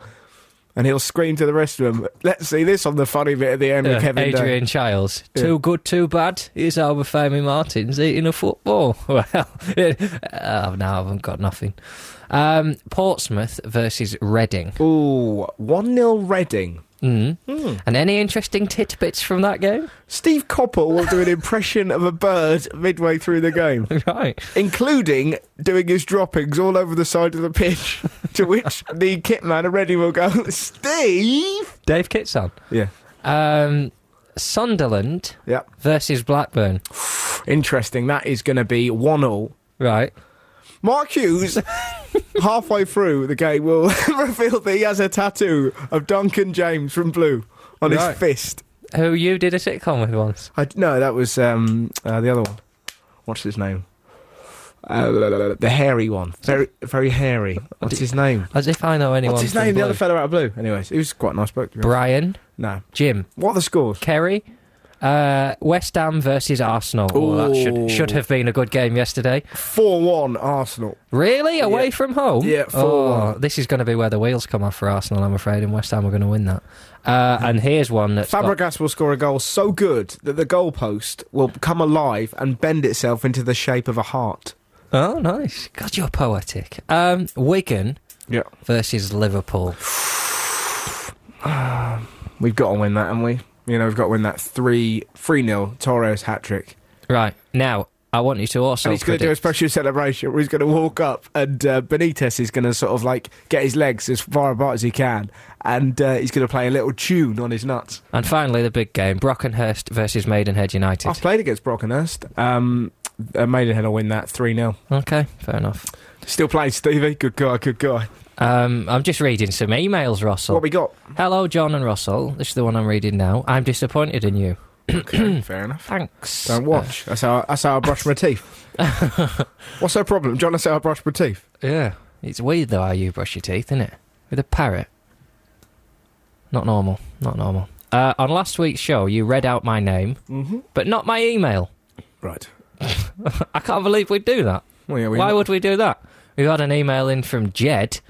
A: And he'll scream to the rest of them, let's see this on the funny bit at the end
B: Yeah,
A: with Kevin Day."
B: Adrian Childs.
A: Yeah.
B: Too good, too bad. Here's Albert Family Martins eating a football. *laughs* Well, uh, no, I haven't got nothing. Um, Portsmouth versus Reading.
A: Ooh, 1 0 Reading.
B: Mm.
A: Hmm.
B: And any interesting tidbits from that game? *laughs*
A: Steve Coppell will do an impression of a bird midway through the game,
B: right.
A: including doing his droppings all over the side of the *laughs* pitch, to which the kitman of Reading will go, Steve!
B: Dave Kitson.
A: Yeah,
B: Um, Sunderland
A: yeah.
B: versus Blackburn.
A: Interesting. That is going to be 1 0.
B: Right.
A: Mark *laughs* Hughes, halfway through the game, will *laughs* reveal that he has a tattoo of Duncan James from Blue on
B: Right.
A: his fist.
B: Who you did a sitcom with once.
A: I, no, that was um, uh, the other one. What's his name? Uh, the hairy one, very very hairy. What's his name?
B: As if I know anyone.
A: What's his
B: from
A: name? The
B: Blue.
A: other fellow out of blue. Anyways, he was quite a nice bloke. to be honest.
B: Brian,
A: no,
B: Jim,
A: what are the scores?
B: Kerry. Uh, West Ham versus Arsenal. Oh, that
A: Ooh.
B: should should have been a good game yesterday.
A: Four one Arsenal.
B: Really, away
A: Yeah.
B: from home?
A: Yeah,
B: Oh,
A: 4-1.
B: this is going to be where the wheels come off for Arsenal. I'm afraid, and West Ham are going to win that. Uh, and here's one that's got-
A: Fabregas will score a goal so good that the goalpost will come alive and bend itself into the shape of a heart.
B: Oh, nice. God, you're poetic. Um, Wigan
A: Yeah,
B: versus Liverpool.
A: we've got to win that, haven't we? You know, we've got to win that three three 0 Torres hat trick.
B: Right now, I want you to also.
A: and he's going to do a
B: predict-
A: special celebration where he's going to walk up and uh, Benitez is going to sort of like get his legs as far apart as he can and uh, he's going to play a little tune on his nuts.
B: And finally, the big game: Brockenhurst versus Maidenhead United.
A: I've played against Brockenhurst. Um, uh, Maidenhead will win that 3 0.
B: Okay, fair enough.
A: Still playing, Stevie. Good guy, good guy.
B: Um, I'm just reading some emails, Russell.
A: What we got?
B: Hello, John and Russell. This is the one I'm reading now. I'm disappointed in you.
A: *clears throat* okay, fair enough. Uh,
B: Thanks.
A: Don't watch. That's how, that's how I brush my *laughs* teeth. What's her problem? John, that's how I brush my teeth.
B: Uh, yeah, it's weird though how you brush your teeth, isn't it? With a parrot. Not normal. Not normal. Uh, on last week's show, you read out my name,
A: Mm-hmm.
B: but not my email.
A: Right.
B: I can't believe we'd do that.
A: Well, yeah, we
B: Why would we do that? We had an email in from Jed.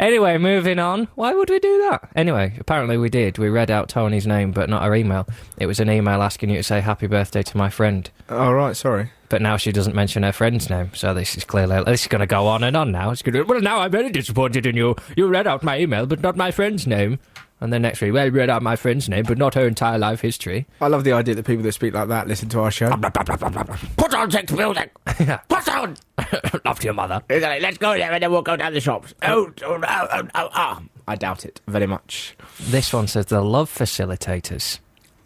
B: Anyway, moving on. Why would we do that? Anyway, apparently we did. We read out Tony's name, but not her email. It was an email asking you to say happy birthday to my friend.
A: All Oh, right, sorry.
B: But now she doesn't mention her friend's name, so this is clearly this is going to go on and on now. It's going to well now I'm very disappointed in you. You read out my email, but not my friend's name. And then next week, well, you read out my friend's name, but not her entire life history.
A: I love the idea that people that speak like that listen to our show.
C: Put on
B: *laughs*
C: six building. Put on.
B: Love to your mother.
C: We're gonna- Let's go there and then we'll go down the shops. Oh, oh, oh, oh, oh, oh.
A: ah. I doubt it very much.
B: This one says the love facilitators.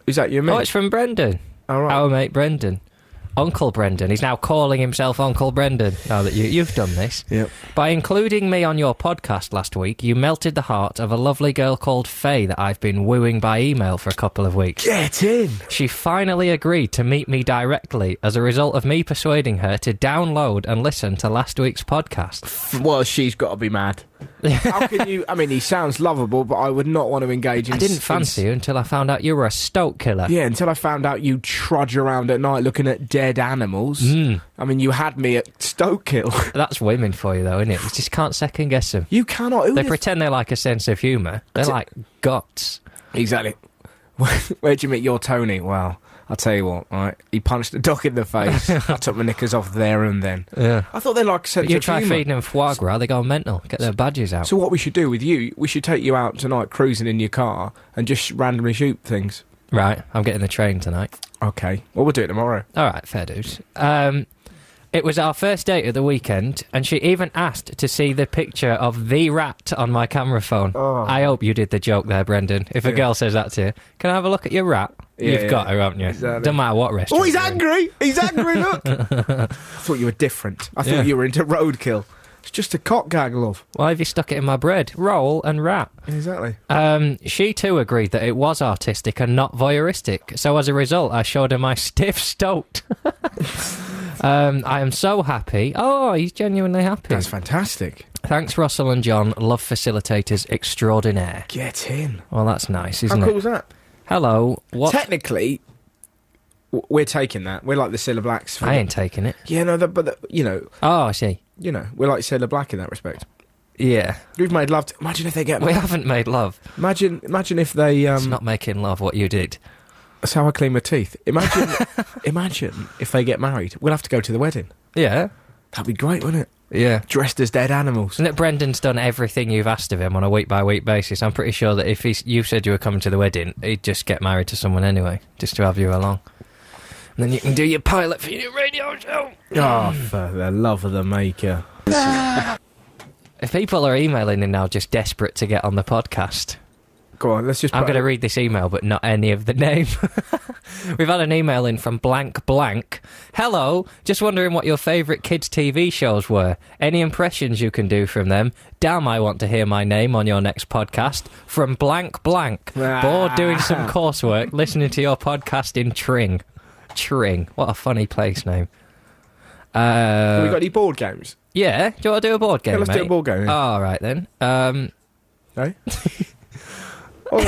A: Is that you, mate?
B: Oh, it's from Brendan.
A: All right.
B: Our mate Brendan. Uncle Brendan. He's now calling himself Uncle Brendan now that you, you've done this.
A: Yep.
B: By including me on your podcast last week, you melted the heart of a lovely girl called Faye that I've been wooing by email for a couple of weeks.
A: Get in.
B: She finally agreed to meet me directly as a result of me persuading her to download and listen to last week's podcast.
A: Well, she's got to be mad. How can you? I mean, he sounds lovable, but I would not want to engage in.
B: I didn't fancy you until I found out you were a stoke killer.
A: Yeah, until I found out you trudge around at night looking at dead animals. Mm. I mean, you had me at Stokehill.
B: That's women for you, though, isn't it? You just can't second guess them.
A: You cannot. Who
B: They
A: does-
B: pretend they like a sense of humour. They
A: That's it.
B: like guts.
A: exactly. *laughs* Where'd you meet your Tony? Well, I'll tell you what. All right, he punched a dog in the *laughs* face. I took my knickers off there and then.
B: Yeah.
A: I thought they like a sense
B: But you
A: of
B: try
A: humour.
B: feeding them foie gras, they go mental. Get their badges out.
A: So what we should do with you? We should take you out tonight, cruising in your car, and just randomly shoot things.
B: Right, I'm getting the train tonight.
A: Okay. Well, we'll do it tomorrow.
B: All right, fair dues. Um, it was our first date at the weekend, and she even asked to see the picture of the rat on my camera phone.
A: Oh.
B: I hope you did the joke there, Brendan. If a
A: Yeah.
B: girl says that to you, can I have a look at your rat?
A: Yeah,
B: You've
A: yeah,
B: got her, haven't you?
A: exactly.
B: Doesn't matter what restaurant.
A: Oh, he's
B: you're in.
A: angry! He's angry, look! *laughs* I thought you were different. I thought
B: Yeah.
A: you were into roadkill. It's just a cock gag, love.
B: Why have you stuck it in my bread? Roll and rat.
A: Exactly.
B: Um, she too agreed that it was artistic and not voyeuristic. So as a result, I showed her my *laughs* stiff stoat. *laughs* um, I am so happy. Oh, he's genuinely happy.
A: That's fantastic.
B: Thanks, Russell and John, love facilitators extraordinaire.
A: Get in.
B: Well, that's nice,
A: How
B: isn't
A: cool
B: it?
A: is that?
B: Hello. What?
A: Technically, w- we're taking that. We're like the Cilla Blacks. For
B: I ain't taking it.
A: Yeah, no, the, but the, you know,
B: Oh, I see.
A: you know, we're like Cilla Black in that respect.
B: Yeah.
A: We've made love. To, imagine if they get.
B: We haven't made love.
A: Imagine, imagine if they. Um,
B: It's not making love what you did.
A: That's how I clean my teeth.
B: *laughs*
A: Imagine, imagine if they get married. We'll have to go to the wedding.
B: Yeah.
A: That'd be great, wouldn't it?
B: Yeah.
A: Dressed as dead animals.
B: Isn't it Brendan's done everything you've asked of him on a week by week basis? I'm pretty sure that if he's, you said you were coming to the wedding, he'd just get married to someone anyway, just to have you along. And then you can do your pilot for your new radio show. Mm.
A: Oh, for the love of the maker.
B: If people are emailing in now just desperate to get on the podcast,
A: Go on, let's just.
B: I'm
A: put-
B: going to read this email, but not any of the name. *laughs* We've had an email in from blank blank. Hello, just wondering what your favourite kids' TV shows were. Any impressions you can do from them? Damn, I want to hear my name on your next podcast from blank blank.
A: Ah.
B: Bored
A: *laughs*
B: doing some coursework, listening to your podcast in Tring. Tring, what a funny place name. Uh,
A: we got any board games?
B: yeah, do you want to do a board game?
A: Yeah, let's do a
B: mate? Uh,
A: board game, yeah.
B: All right then. Um, *laughs*
A: No.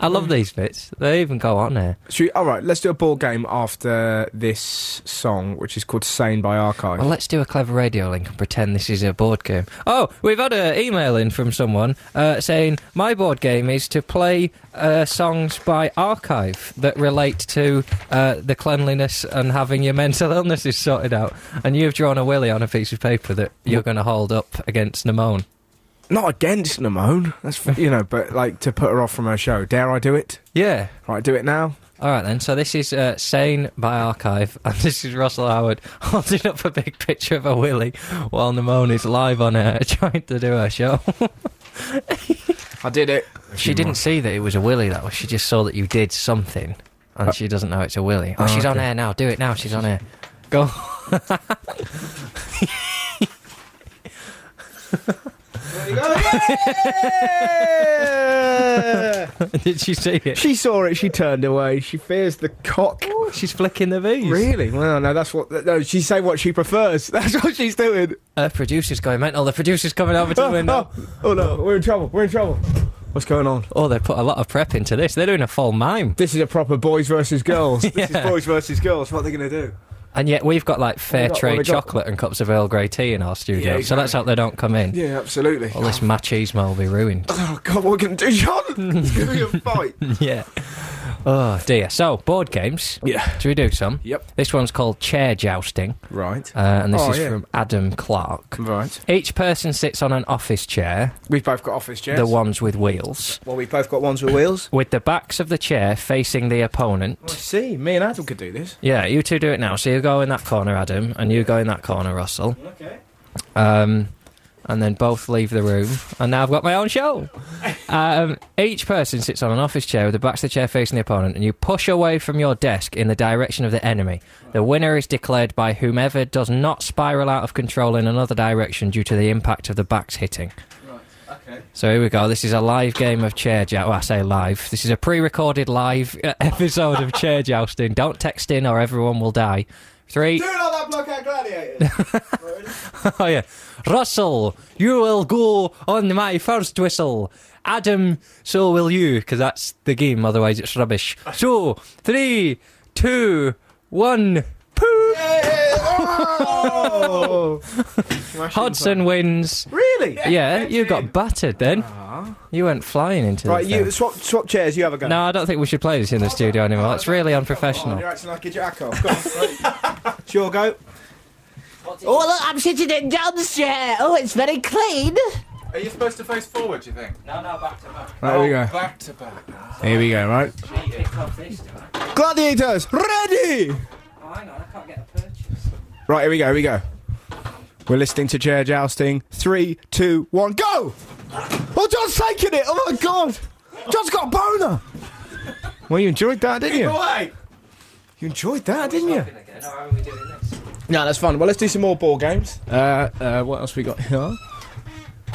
B: I love these bits. They even go on there.
A: Should we, all right, let's do a board game after this song, which is called "Sane" by Archive.
B: Well, let's do a clever radio link and pretend this is a board game. Oh, we've had an email in from someone uh, saying my board game is to play uh, songs by archive that relate to uh, the cleanliness and having your mental *laughs* illnesses sorted out. And you've drawn a willy on a piece of paper that you're going to hold up against Namone.
A: Not against Namone, that's f- you know, but like to put her off from her show. Dare I do it?
B: Yeah.
A: Right, do it now.
B: All right then. So this is uh, Sane by Archive, *laughs* and this is Russell Howard *laughs* holding up a big picture of a willy while Namone is live on air *laughs* trying to do her show.
A: I did it.
B: She didn't see that it was a willy, that was. She just saw that you did something, and she doesn't know it's a willy. Uh, Oh,
A: oh,
B: she's on
A: okay.
B: air now. Do it now. She's on air. Go. *laughs*
A: *laughs*
B: Did she see it?
A: she saw it. She turned away. She fears the cock.
B: She's flicking the V's.
A: Really? Well, no, that's what. No, she's saying what she prefers. *laughs* That's what she's doing.
B: Her producer's going mental. The producer's coming over to the
A: Oh,
B: window.
A: oh, *laughs* oh, no, we're in trouble. We're in trouble. What's going on?
B: *laughs* Oh, they put a lot of prep into this. They're doing a full mime.
A: This is a proper boys versus *laughs* girls. This is
B: Yeah.
A: boys versus girls. What are they going to do?
B: And yet we've got like
A: What they
B: fair
A: got- what
B: trade
A: they got-
B: chocolate and cups of Earl Grey tea in our studio,
A: Yeah,
B: so let's hope they don't come in.
A: Yeah, absolutely.
B: All this machismo will be ruined.
A: *laughs* Oh God, what are we going to do, *laughs* John? It's going to be a fight.
B: yeah. Oh dear. So board games.
A: Yeah.
B: Should we do some?
A: Yep.
B: This one's called chair jousting,
A: Right.
B: uh, and this
A: Oh,
B: is
A: yeah.
B: from Adam Clark.
A: Right.
B: Each person sits on an office chair,
A: We've both got office chairs.
B: the ones with wheels,
A: well, we've both got ones with wheels.
B: with the backs of the chair facing the opponent.
A: Oh, I see. Me and Adam could do this.
B: Yeah, you two do it now. So you go in that corner, Adam, and you go in that corner, Russell.
A: Okay.
B: Um, and then both leave the room, and now I've got my own show. Um, each person sits on an office chair with the backs of the chair facing the opponent, and you push away from your desk in the direction of the enemy. The winner is declared by whomever does not spiral out of control in another direction due to the impact of the backs hitting.
A: Okay.
B: So here we go. This is a live game of chair jousting. Well, I say live. This is a pre-recorded live uh, *laughs* episode of chair jousting. Don't text in, or everyone will die. Three.
A: not that blockout *laughs* gladiator.
B: Oh yeah, Russell, you will go on my first whistle. Adam, so will you, because that's the game. Otherwise, it's rubbish. So three, two, one. Poo!
A: oh!
B: Hodgson wins.
A: *laughs* Really?
B: Yeah, you got battered then. You went flying into
A: Right,
B: the thing.
A: you swap swap chairs. You have a go.
B: No, I don't think we should play this in the studio anymore. It's really
A: Oh,
B: unprofessional.
A: you're acting like a jackal. Go on, *laughs* it's your go.
C: *laughs* Oh, look, I'm sitting in John's chair. Oh, it's very clean.
D: Are you supposed to face forward, do you think?
B: No, no, back to back.
A: Right, here we go.
D: Back to back.
A: Here we go. Right. Gladiators, ready.
B: Oh, hang on, I can't get a purchase.
A: Right, here we go, here we go. We're listening to chair jousting. Three, two, one, go! Oh, John's taking it! Oh my god! John's got a boner! Well, you enjoyed that, didn't you?
D: Away!
A: You enjoyed that, didn't you?
B: Again, or are we doing this?
A: No, that's fun. Well, let's do some more ball games. Uh, uh, what else we got here?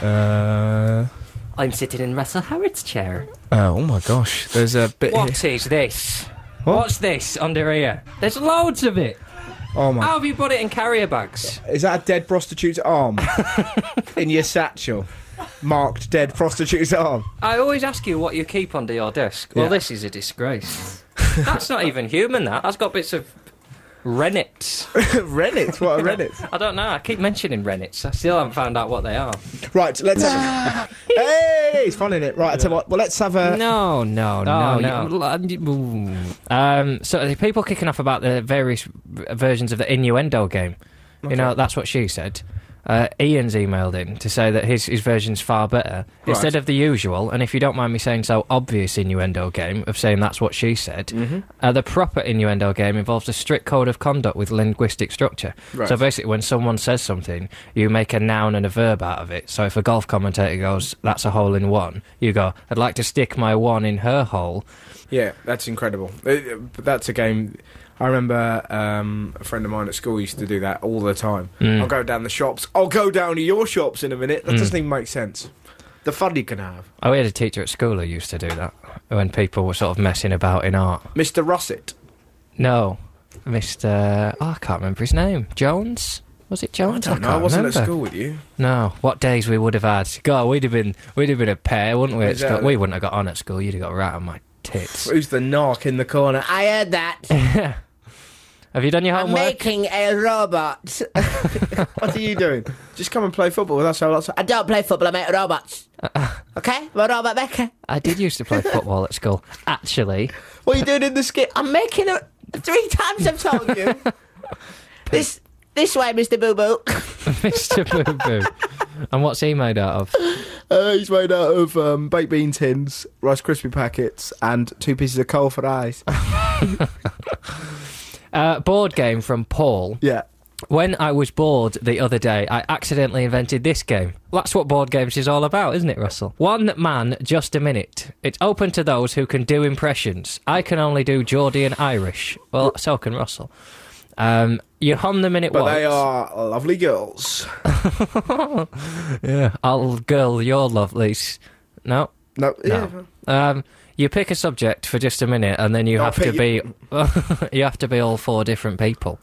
A: Uh,
B: I'm sitting in Russell Howard's chair.
A: oh my gosh, there's a bit. here-
B: What is this?
A: What?
B: What's this under here? There's loads of it.
A: Oh my!
B: How have you put it in carrier bags?
A: Is that a dead prostitute's *laughs* arm in your satchel? Marked dead prostitute's arm.
B: I always ask you what you keep under your desk. Well,
A: Yeah.
B: this is
A: *laughs*
B: a disgrace. That's not even human, that. That's got bits of rennet.
A: Reddit, what a Reddit. *laughs*
B: I don't know. I keep mentioning rennets. I still haven't found out what they are.
A: Right, let's. Have *laughs* a- hey, he's fun in it. Right, I tell you what. Well, let's have a.
B: No, no,
A: Uh, Oh,
B: no, no. Um, so the people kicking off about the various versions of the innuendo game. You know, that's what she said. Uh, Ian's emailed in to say that his, his version's far better. Instead of the usual, and if you don't mind me saying so, obvious innuendo game of saying that's what she said, uh, the proper innuendo game involves a strict code of conduct with linguistic structure.
A: Right.
B: So basically, when someone says something, you make a noun and a verb out of it. So if a golf commentator goes, that's a hole in one, you go, I'd like to stick my one in her hole.
A: Yeah, that's incredible. It- it- but that's a game. I remember um, a friend of mine at school used to do that all the time. I'll go down the shops. I'll go down to your shops in a minute. That doesn't even make sense. The fun you can have,
B: Oh, we had a teacher at school who used to do that when people were sort of messing about in art.
A: Mr. Russet.
B: No, Mr. oh, I can't remember his name. Jones? Was it Jones? I,
A: don't know. I
B: can't
A: wasn't
B: remember.
A: at school with you.
B: No, what days we would have had? God, we'd have been we'd have been a pair, wouldn't we? At school?
A: Exactly.
B: We wouldn't have got on at school. You'd have got right on my tits.
A: Who's the narc in the corner? I heard that.
B: Have you done your
C: I'm
B: homework?
C: making a robot.
A: what are you doing? *laughs* Just come and play football with us. I'll- I'll-
C: I don't play football, I make *laughs* robots. Okay? I'm a robot maker.
B: I did used to play football at school. Actually, *laughs*
A: What are you doing in the *laughs* skit?
C: I'm making a. Three times I've *laughs* told you. this this way, Mr. Boo Boo.
B: Mr. Boo Boo. And what's he made out of?
A: Uh, he's made out of um, baked bean tins, Rice crispy packets, and two pieces of coal for eyes.
B: Uh, board game from Paul.
A: *laughs* yeah.
B: When I was bored the other day, I accidentally invented this game. That's what board games is all about, isn't it, Russell? One man, just a minute. It's open to those who can do impressions. I can only do Geordie and Irish. Well, so can Russell. Um, you hum them in it
A: But
B: once.
A: they are lovely girls.
B: Yeah. I'll girl your lovelies. No.
A: No, yeah.
B: Um, you pick a subject for just a minute, and then you
A: I'll
B: have to
A: pick
B: be *laughs* you have to be all four different people.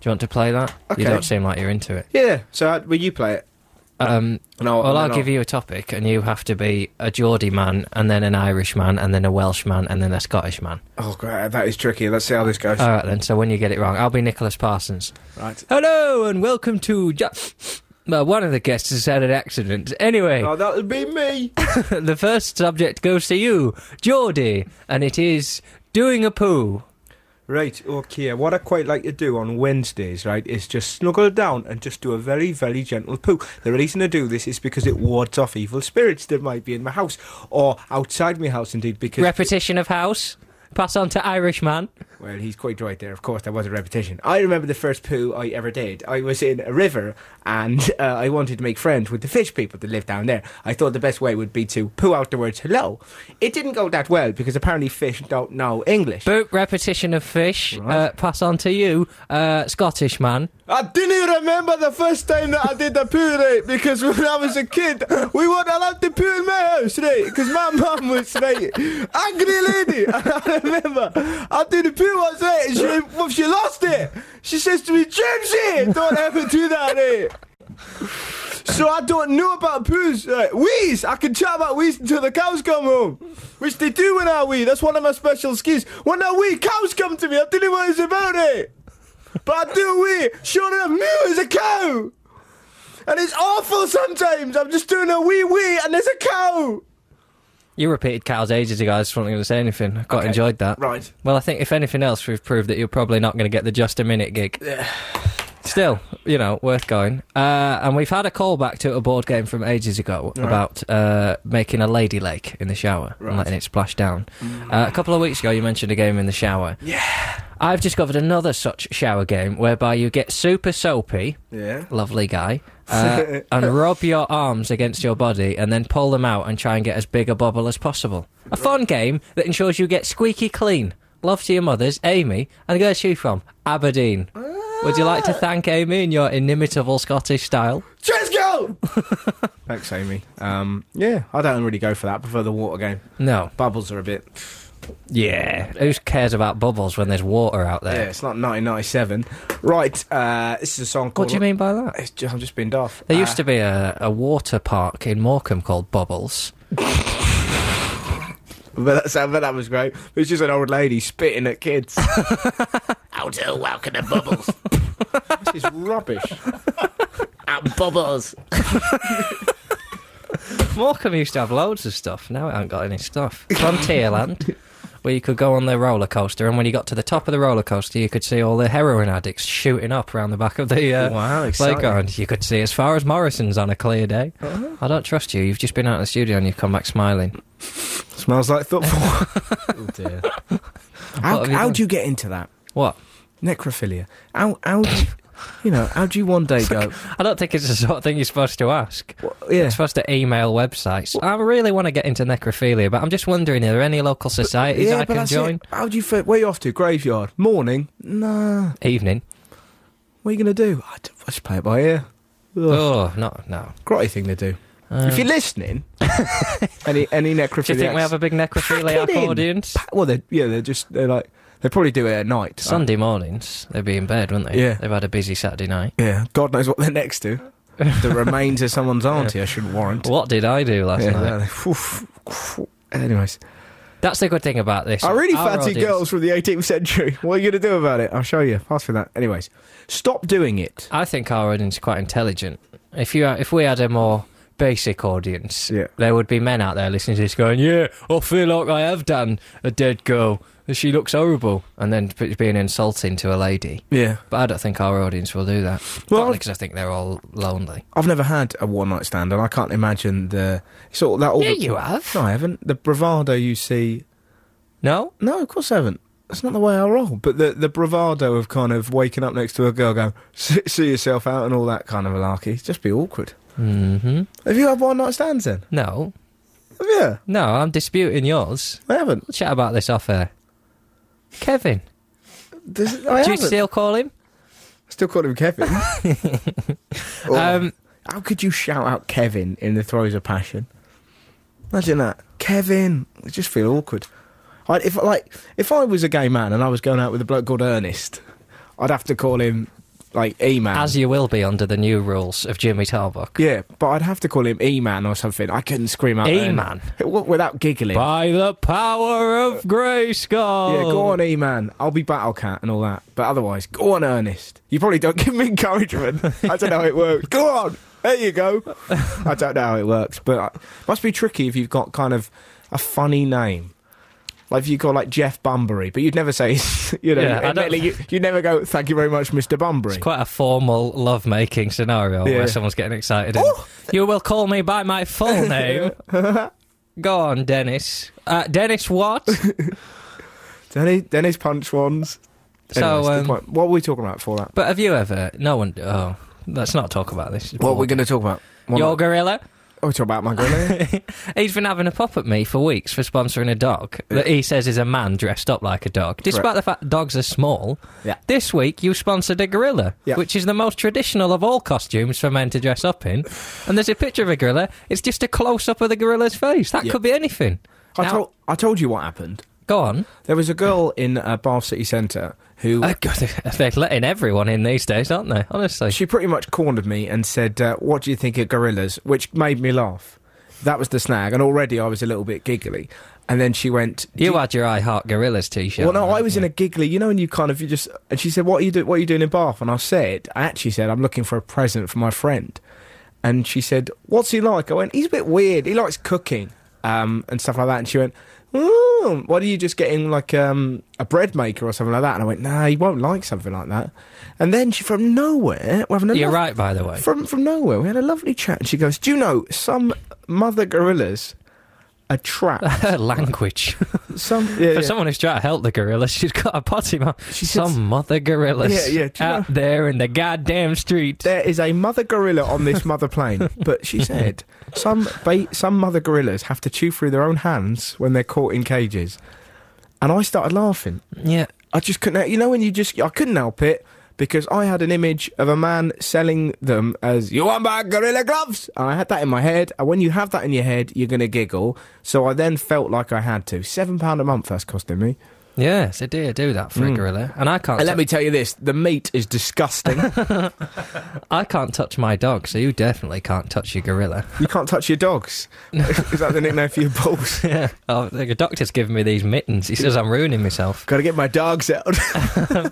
B: Do you want to play that?
A: Okay.
B: You don't seem like you're into it.
A: Yeah. So how, will you play it?
B: Um,
A: No,
B: well, I'll give you a topic, and you have to be a Geordie man, and then an Irish man, and then a Welsh man, and then a Scottish man.
A: Oh, great. That is tricky. Let's see how this goes.
B: All right, then. So when you get it wrong, I'll be Nicholas Parsons.
A: right.
B: Hello, and welcome to. Ju- well, one of the guests has had an accident. Anyway,
A: Oh, that'll be me.
B: *laughs* the first subject goes to you, Geordie, and it is doing a poo.
A: Right, okay. What I quite like to do on Wednesdays, right, is just snuggle down and just do a very, very gentle poo. The reason I do this is because it wards off evil spirits that might be in my house or outside my house, indeed. Because
B: Repetition of house. Pass on to Irishman.
A: well, he's quite right there. Of course, that was a repetition. I remember the first poo I ever did. I was in a river and *laughs* uh, I wanted to make friends with the fish people that live down there. I thought the best way would be to poo out the words "hello." It didn't go that well because apparently fish don't know English.
B: Boot repetition of fish.
A: Right.
B: Uh, pass on to you, uh, Scottish man.
A: I didn't remember the first time that I did the poo right because when I was a kid, we weren't allowed to poo in my house, right? Because my mum was right, angry lady. *laughs* And I remember I did the poo once, right? And she, well, she lost it. She says to me, Gypsy, don't ever do that, right? So I don't know about poos. Right? Wheeze! I can chat about wheeze until the cows come home. Which they do when I wee. That's one of my special skills. When I wee, cows come to me. I don't know what it's about, eh? it. But I do wee. Sure enough, moo is a cow. And it's awful sometimes. I'm just doing a wee wee and there's a cow.
B: You repeated cows ages ago. I just wasn't going to say anything. I quite enjoyed that.
A: Right.
B: Well, I think if anything else, we've proved that you're probably not going to get the just a minute gig. Still, you know, worth going. Uh, and we've had a call back to a board game from ages ago about uh, making a lady lake in the shower and letting it splash down. Uh, a couple of weeks ago, you mentioned a game in the shower. Yeah. I've discovered another such shower game whereby you get super soapy
A: Yeah.
B: lovely guy,
A: *laughs*
B: uh, and rub your arms against your body and then pull them out and try and get as big a bubble as possible. A fun game that ensures you get squeaky clean. Love to your mothers, Amy, and where's she from? Aberdeen. Would you
A: Ah.
B: like to thank Amy in your inimitable Scottish style?
A: Let's go! *laughs* Thanks, Amy. Um, yeah, I don't really go for that. prefer the water game.
B: No.
A: Bubbles are a bit.
B: Yeah. Who cares about bubbles when there's water out
A: Yeah,
B: there?
A: it's not 1997. Right, uh, this is a song called.
B: What do you mean by that?
A: It's ju- I'm just being daft.
B: There
A: Uh,
B: used to be a, a water park in Morecambe called Bubbles.
A: Uh, But that, sound- but that was great. It was just an old lady spitting at
B: *laughs*
A: kids.
C: How to welcome the bubbles.
A: this is rubbish.
C: I'm bubbles.
B: Morecambe used to have loads of stuff. Now it ain't got any stuff. Frontierland, where you could go on the roller coaster, and when you got to the top of the roller coaster, you could see all the heroin addicts shooting up around the back of the uh,
A: Wow, exciting. Oh.
B: playground. You could see as far as Morrison's on a clear day. I don't trust you. You've just been out of the studio and you've come back smiling.
A: Smells like
B: *laughs*
A: thoughtful. oh dear. How,
B: have you
A: how
B: done?
A: do you get into that
B: What?
A: necrophilia? How how do you, you know how do you one day go?
B: I don't think it's the sort of thing you're supposed to ask.
A: Well, yeah.
B: You're supposed to email websites. I really want to get into necrophilia, but I'm just wondering, are there any local societies
A: Yeah,
B: I
A: but
B: can
A: that's it.
B: join?
A: How do you fit? Where you off to? Graveyard. Morning. Nah.
B: Evening.
A: What are you gonna do? I, d- I just play it by ear. Ugh.
B: Oh, no, no.
A: Grotty thing to do. if you're
B: *laughs*
A: listening, any any necrophilia.
B: Do you think we have a big necrophiliac
A: Hacking in.
B: audience?
A: Well, they're yeah, they're just they're like They probably do it at night.
B: Sunday mornings, they'd be in bed, wouldn't they?
A: Yeah.
B: They've had a busy Saturday night.
A: yeah, God knows what they're next to. the remains of
B: *laughs*
A: someone's auntie, I shouldn't warrant.
B: What did I do last
A: Yeah,
B: night?
A: *laughs* exactly. Oof, oof. Anyways,
B: That's the good thing about this.
A: I really
B: Our
A: fancy
B: audience-
A: girls from the 18th century. What are you going to do about it? I'll show you. Pass for that. Anyways, stop doing it.
B: I think our audience is quite intelligent. If you if we had a more basic audience,
A: Yeah.
B: there would be men out there listening to this going, "Yeah, I feel like I have done a dead girl. She looks horrible," and then p- being insulting to a lady.
A: Yeah.
B: But I don't think our audience will do that.
A: Well,
B: Partly because I think they're all lonely.
A: I've never had a one night stand, and I can't imagine the sort of that. All
B: Yeah,
A: the-
B: you have.
A: No, I haven't. The bravado you see.
B: No,
A: No, of course I haven't. That's not the way I roll. But the the bravado of kind of waking up next to a girl, going *laughs* "See see yourself out" and all that kind of malarkey, it'd just be awkward.
B: hmm
A: Have you had one night stands then?
B: no,
A: Yeah,
B: no. I'm disputing yours.
A: I haven't.
B: We'll chat about this off air. Kevin,
A: This, I
B: do you
A: haven't.
B: still call him?
A: Still call him
B: *laughs*
A: Kevin. Oh.
B: Um,
A: How could you shout out Kevin in the throes of passion? Imagine that, Kevin. I just feel awkward. I, if like if I was a gay man and I was going out with a bloke called Ernest, I'd have to call him like E man.
B: as you will be under the new rules of Jimmy Tarbuck.
A: yeah, but I'd have to call him E man or something. I couldn't scream out
B: E-Man.
A: Ernest. W- without giggling.
B: By the power of Grayskull.
A: yeah, go on, E man. I'll be Battle Cat and all that. But otherwise, go on, Ernest. You probably don't *laughs* give me encouragement. I don't know how it works. Go on. There you go. I don't know how it works, but it must be tricky if you've got kind of a funny name. Like if you call like Jeff Bunbury, but you'd never say, *laughs* you know,
B: Yeah, I don't-
A: admittedly, you, you'd never go, thank you very much, Mr. Bunbury.
B: It's quite a formal lovemaking scenario
A: Yeah. Oh!
B: where someone's getting excited. And, you will call me by
A: *laughs*
B: my full name. go on, Dennis. Uh,
A: *laughs*
B: Dennis, what?
A: Then he- then his punch ones.
B: So,
A: Anyways, good
B: um,
A: point. what were we talking about for that?
B: but have you ever? No one. Oh, let's not talk about this.
A: What we're going to talk about? One-
B: Your gorilla?
A: oh, talk about my gorilla.
B: *laughs* He's been having a pop at me for weeks for sponsoring a dog that he says is a man dressed up like a dog. Despite
A: Correct.
B: the fact dogs are small,
A: Yeah.
B: this week you sponsored a gorilla,
A: Yeah.
B: which is the most traditional of all costumes for men to dress up in. And there's a picture of a gorilla, it's just a close up of the gorilla's face. That
A: Yeah.
B: could be anything.
A: I
B: Now-
A: told I told you what happened.
B: Go on.
A: There was a girl in uh, Bath City Centre who
B: Oh, *laughs* God, they're letting everyone in these days, aren't they? Honestly.
A: uh, she pretty much cornered me and said, uh, "What do you think of gorillas?" Which made me laugh. That was the snag, and already I was a little bit giggly. And then she went, "Do
B: you had your I Heart Gorillas t shirt.
A: Well, no, I was in a giggly. You know, and you kind of you just. And she said, "What are you do? What are you doing in Bath?" And I said, "I actually said I'm looking for a present for my friend." And she said, "What's he like?" I went, "He's a bit weird. He likes cooking um, and stuff like that." And she went, "Mm, "What are you just getting like um, a bread maker or something like that?" And I went, "Nah, he won't like something like that." And then she, from nowhere, we're having a
B: You're
A: laugh-
B: right, by the way.
A: from from nowhere. We had a lovely chat, and she goes, "Do you know some mother gorillas are
B: *laughs*
A: trapped?
B: *laughs* Language.
A: Some yeah,
B: For
A: yeah.
B: someone who's trying to help the gorilla, *laughs* she's got a potty mouth.
A: She said-
B: Some mother gorillas
A: Yeah, yeah, do you
B: out there in the goddamn street.
A: there is a mother gorilla on this mother *laughs* plane." But she said, "Some ba- some mother gorillas have to chew through their own hands when they're caught in cages," and I started laughing.
B: yeah.
A: I just couldn't. You know, when you just, I couldn't help it because I had an image of a man selling them as "You want my gorilla gloves?" And I had that in my head. And when you have that in your head, you're going to giggle. So I then felt like I had to. Seven pound a month that's costing me.
B: Yes, I do, I do that for a gorilla. And I can't
A: Hmm. And let
B: tou-
A: me tell you this: the meat is disgusting.
B: I can't touch my dog, so you definitely can't touch your gorilla.
A: *laughs* you can't touch your *laughs* dogs. is that the nickname for your *laughs* balls?
B: Yeah. Oh, the doctor's giving me these mittens. He says I'm ruining myself.
A: Got to get my dogs out. *laughs*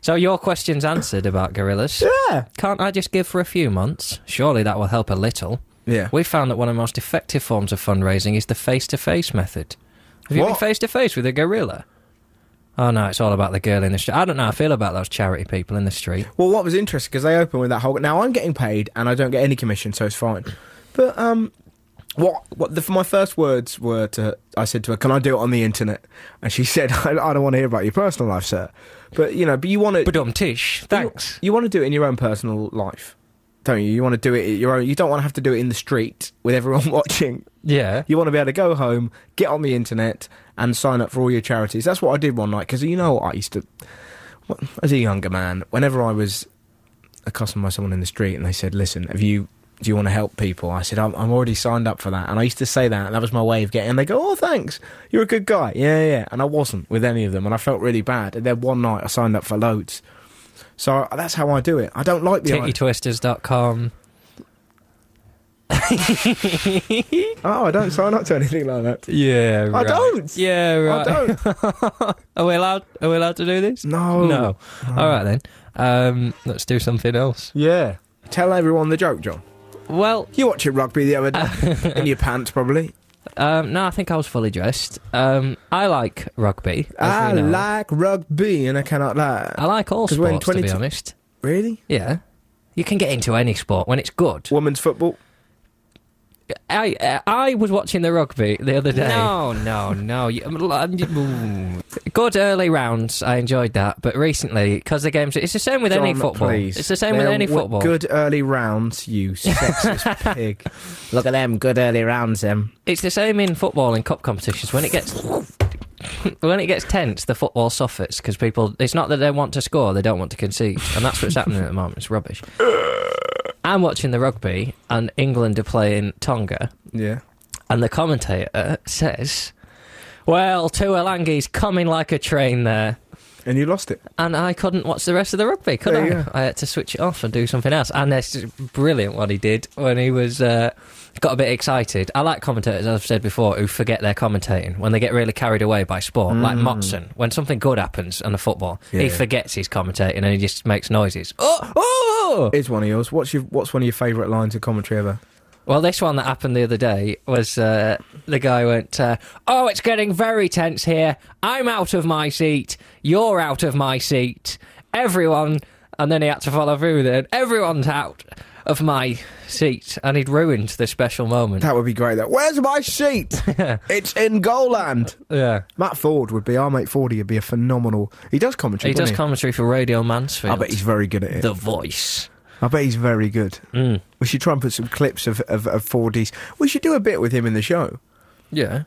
B: So your question's answered about gorillas.
A: yeah.
B: Can't I just give for a few months? Surely that will help a little.
A: Yeah.
B: We found that one of the most effective forms of fundraising is the face to face method. Have you been
A: What?
B: face to face with a gorilla? Oh no, it's all about the girl in the street. I don't know how I feel about those charity people in the street.
A: Well, what was interesting because they opened with that whole. Now I'm getting paid and I don't get any commission, so it's fine. But um, what what the, my first words were to I said to her, "Can I do it on the internet?" And she *laughs* said, "I, I don't want to hear about your personal life, sir. But you know, but you want to
B: Badum tish. Thanks.
A: You, want to do it in your own personal life, don't you? You want to do it at your own. You don't want to have to do it in the street with everyone *laughs* watching.
B: Yeah.
A: You want to be able to go home, get on the internet, and sign up for all your charities. That's what I did one night because you know what I used to, well, as a younger man, whenever I was accosted by someone in the street and they said, "Listen, have you do you want to help people? I said, I'm, I'm already signed up for that. And I used to say that, and that was my way of getting, and they go, oh, thanks. You're a good guy. Yeah, yeah, yeah. And I wasn't with any of them, and I felt really bad. And then one night I signed up for loads. So I- that's how I do it. I don't like the idea.
B: TittyTwisters.com.
A: Oh, I don't sign up to anything like that.
B: Yeah, right.
A: don't.
B: Yeah, right.
A: I don't.
B: Are we allowed? Are we allowed to do this?
A: No.
B: No. All right then. Um, let's do something else.
A: Yeah. Tell everyone the joke, John.
B: Well,
A: You watch it rugby the other
B: *laughs*
A: day in your pants, probably.
B: um, no, I think I was fully dressed. Um, I like rugby. as
A: I
B: we know. Oh.
A: like rugby, and I cannot lie.
B: I like all
A: 'Cause we're in
B: sports. To be
A: 22
B: honest,
A: Really?
B: yeah. You can get into any sport when it's good.
A: Women's football?
B: I uh, I was watching the rugby the other day. No, no, no. You- um, l- ooh. Good early rounds. I enjoyed that, but recently because the games, it's the same with any
A: John,
B: football.
A: please.
B: It's the same
A: They're
B: with any
A: w-
B: football.
A: Good early rounds,
B: *laughs*
A: you sexist pig. Look at them, good early rounds, them.
B: It's the same in football and cup competitions. When it gets *laughs* when it gets tense, the football suffers because people. It's not that they want to score; they don't want to concede, and that's what's happening at the moment. It's *laughs* rubbish. I'm watching the rugby, and England are playing Tonga,
A: Yeah.
B: and the commentator says, "Well, Tuolangi's coming like a train there."
A: And you lost it.
B: And I couldn't watch the rest of the rugby, could
A: There
B: I?
A: you go.
B: I had to switch it off and do something else. And that's just brilliant what he did when he was uh, got a bit excited. I like commentators, as I've said before, who forget they're commentating when they get really carried away by sport, like Motson. When something good happens in the football, he
A: Mm. Yeah.
B: forgets he's commentating and he just makes noises. Oh, oh!
A: It's one of yours. What's your What's one of your favourite lines of commentary ever?
B: Well, this one that happened the other day was uh, the guy went, uh, Oh, it's getting very tense here. I'm out of my seat. You're out of my seat. Everyone. And then he had to follow through with it. Everyone's out of my seat. And he'd ruined the special moment.
A: That would be great. Though. Where's my
B: *laughs*
A: sheet? it's in Goland.
B: Yeah.
A: Matt Ford would be our mate. Fordy would be a phenomenal. He does commentary.
B: He
A: doesn't
B: does commentary for Radio Mansfield.
A: I bet he's very good at it.
B: The voice.
A: I bet he's very good.
B: Mm.
A: We should try and put some clips of, of, of 4Ds. We should do a bit with him in the show.
B: Yeah.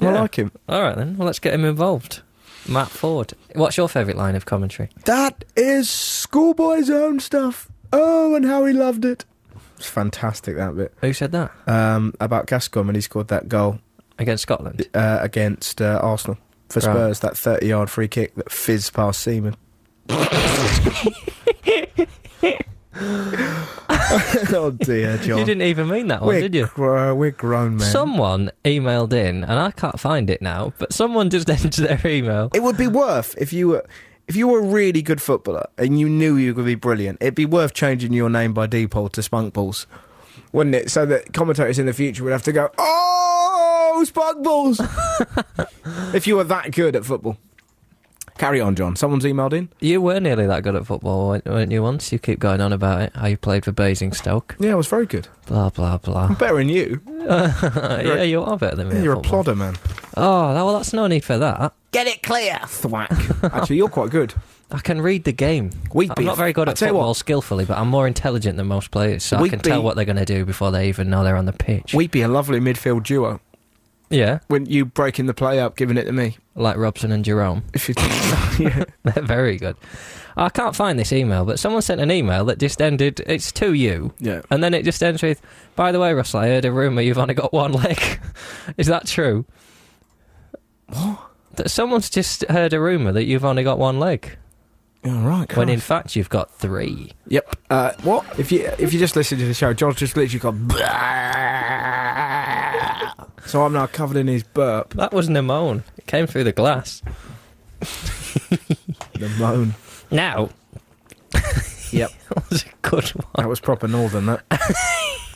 A: I
B: Yeah.
A: like him.
B: All right, then. Well, let's get him involved. Matt Ford. What's your favourite line of commentary?
A: That is Schoolboy's own stuff. Oh, and how he loved it. It's fantastic that bit
B: Who said that?
A: um, about Gascon when he scored that goal
B: Against Scotland.
A: uh, against uh, Arsenal for
B: Right.
A: Spurs. That thirty-yard free kick that fizzed past
B: *laughs*
A: Seaman. *laughs* oh dear, John.
B: You didn't even mean that one,
A: we're,
B: did you?
A: gro- we're grown men.
B: Someone emailed in, and I can't find it now, but someone just *laughs* entered their email.
A: It would be worth if you were if you were a really good footballer and you knew you could be brilliant. It'd be worth changing your name by Deepole to Spunkballs, wouldn't it? So that commentators in the future would have to go, "Oh, *laughs* Spunkballs!" if you were that good at football. Carry on, John. Someone's emailed in.
B: You were nearly that good at football, weren't- weren't you, once? You keep going on about it, how you played for Basingstoke,
A: Yeah, I was very good.
B: blah,
A: *laughs*
B: blah, blah.
A: Better than you.
B: *laughs* yeah, you are better than me. at
A: You're a
B: football.
A: plodder, man.
B: Oh, that- well, that's no need for that.
C: Get it clear.
A: Thwack. Actually, you're quite *laughs* good.
B: I can read the game.
A: We'd
B: I'm
A: be-
B: not very good
A: I
B: at
A: tell you what.
B: football skillfully, but I'm more intelligent than most players, so I
A: We'd
B: can tell
A: be-
B: what they're going to do before they even know they're on the pitch.
A: We'd be a lovely midfield duo.
B: yeah,
A: Wouldn't you breaking the play up, giving it to me?
B: like Robson and Jerome. *laughs*
A: *laughs* If you, yeah.
B: They're very good. I can't find this email, but someone sent an email that just ended, it's to you.
A: yeah.
B: And then it just ends with, by the way, Russell, I heard a rumour you've only got one leg. *laughs* Is that true? What? That someone's just heard a rumour that you've only got one leg,
A: All right.
B: when in fact you've got three.
A: Yep. Uh, what if you if you just listen to the show? John's just literally gone. "Bleh." so I'm now covered in his burp.
B: That was Nimone. It came through the glass.
A: The moan.
B: *laughs* Now,
A: Yep.
B: *laughs* that was a good one.
A: That was proper northern.
C: *laughs*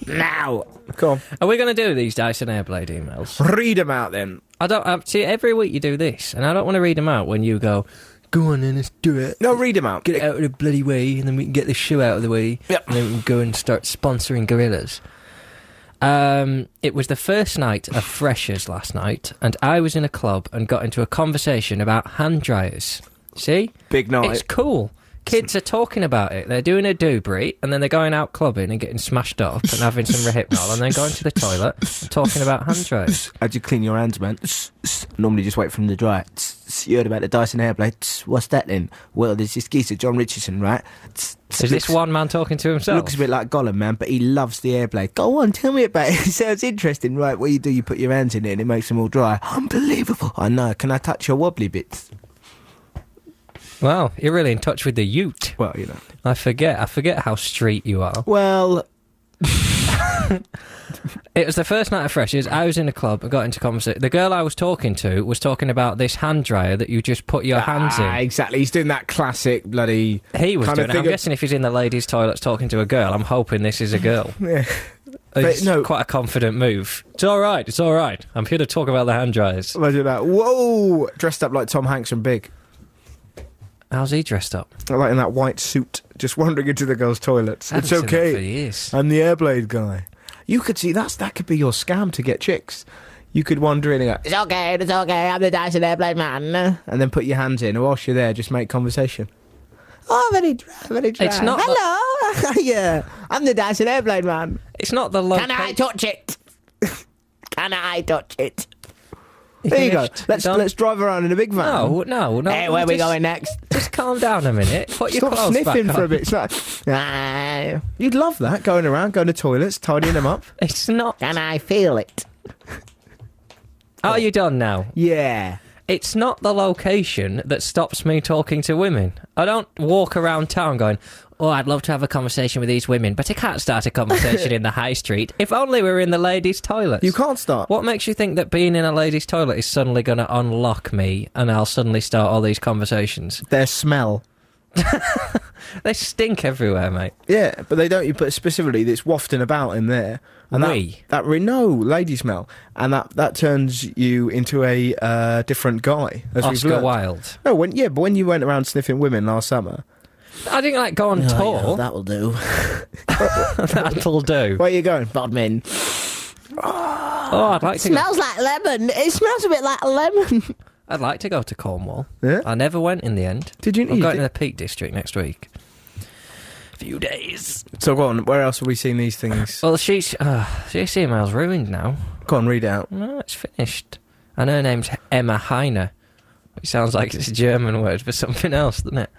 A: That. now, come on.
B: Are we going to do these Dyson Airblade emails?
A: Read them out then.
B: I don't. I, see, every week you do this, and I don't want to read them out when you go, go on then, let's do it.
A: No, read them out.
B: get it out of the bloody way, and then we can get the shoe out of the way,
A: Yep.
B: and then we can go and start sponsoring gorillas. Um, it was the first night of freshers last night, and I was in a club and got into a conversation about hand dryers. See,
A: Big night.
B: it's cool. Kids are talking about it. They're doing a doobry, and then they're going out clubbing and getting smashed up and having some rehypnol, and then going to the toilet and talking about hand dryers.
A: How'd you clean your hands, man? Normally, just wait for them to dry.
C: Tss, you heard about the Dyson Airblade? Tss, what's that then? Well, there's this geezer, John Richardson, right? Tss, tss,
B: Is
C: looks-
B: this one man talking to himself?
C: Looks a bit like Gollum, man, but he loves the airblade. Go on, tell me about it. *laughs* It sounds interesting, right? What you do, you put your hands in it and it makes them all dry. Unbelievable. I know. Can I touch your wobbly bits?
B: wow, you're really in touch with the Ute.
C: Well, you know.
B: I forget. I forget how street you are.
C: Well,
B: It was the first night of freshers. I was in a club. I got into conversation. The girl I was talking to was talking about this hand dryer that you just put your hands
A: Ah,
B: in.
A: exactly. He's doing that classic
C: *laughs*
A: bloody.
B: He was
A: kind of
B: doing. it. I'm
A: thing of-
B: guessing if he's in the ladies' toilets talking to a girl, I'm hoping this is
A: *laughs*
B: a girl.
A: Yeah.
B: It's
A: no.
B: quite a confident move. It's all right. It's all right. I'm here to talk about the hand dryers.
A: Imagine that. Whoa! Dressed up like Tom Hanks and Big,
B: How's he dressed up?
A: like in that white suit, just wandering into the girls' toilets.
B: I haven't
A: It's
B: seen that for
A: okay.
B: years.
A: I'm the airblade guy. You could see that's that could be your scam to get chicks. You could wander in and go,
C: it's okay, it's okay. I'm the Dyson Airblade man.
A: and then put your hands in, and whilst you're there, just make conversation.
C: Oh, very dry, very dry.
B: It's not that-
C: Hello. *laughs* yeah. I'm the Dyson Airblade man.
B: It's not the low.
C: Can I touch it? *laughs* Can I touch it?
A: There you go. Let's
B: don't-
A: let's drive around in a big van.
B: No, no, no.
C: hey, where we
B: just-
C: going next?
B: Just calm down a minute. Put your
A: Stop
B: clothes
A: sniffing
B: back
A: for a
B: on.
A: bit. It's like,
C: Ah,
A: you'd love that going around, going to toilets, tidying them
B: *laughs*
A: up.
B: It's not.
C: can I feel it?
B: Are you done now?
A: Yeah.
B: It's not the location that stops me talking to women. I don't walk around town going, "Oh, I'd love to have a conversation with these women," but I can't start a conversation in the high street. If only we were in the ladies' toilets.
A: You can't start.
B: What makes you think that being in a ladies' toilet is suddenly going to unlock me and I'll suddenly start all these conversations?
A: Their smell.
B: They stink everywhere, mate.
A: Yeah, but they don't. You put specifically that's wafting about in there, and that
B: We?
A: that re- no lady smell, and that that turns you into a uh, different guy. As we've
B: Oscar
A: learned.
B: Wilde.
A: No, when yeah, but when you went around sniffing women last summer,
B: I didn't like go on tour.
C: Oh, that'll *laughs* do.
B: That'll do.
A: where are you going?
C: Bodmin.
B: Oh, I'd like to. Go,
C: Smells like lemon. It smells a bit like a lemon.
B: I'd like to go to Cornwall.
A: Yeah?
B: I never went in the end.
A: Did you?
B: I'm
A: you
B: going
A: did-
B: to the Peak District next week. Few days.
A: So go on. Where else have we seen these things?
B: Well, she's uh, this email's ruined now.
A: Go on, read it out.
B: No, it's finished. And her name's Emma Heine. It sounds like it's a German word for something else, doesn't it?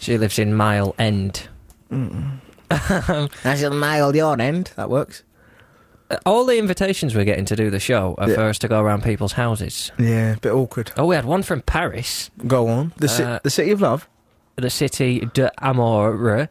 B: She lives in Mile End.
A: Mm.
C: That's on my old your end.
A: That works.
B: Uh, All the invitations we're getting to do the show are
A: Yeah.
B: for us to go around people's houses.
A: Yeah, a bit awkward.
B: Oh, we had one from Paris,
A: Go on. The ci-
B: Uh,
A: the city of love.
B: the city de Amour.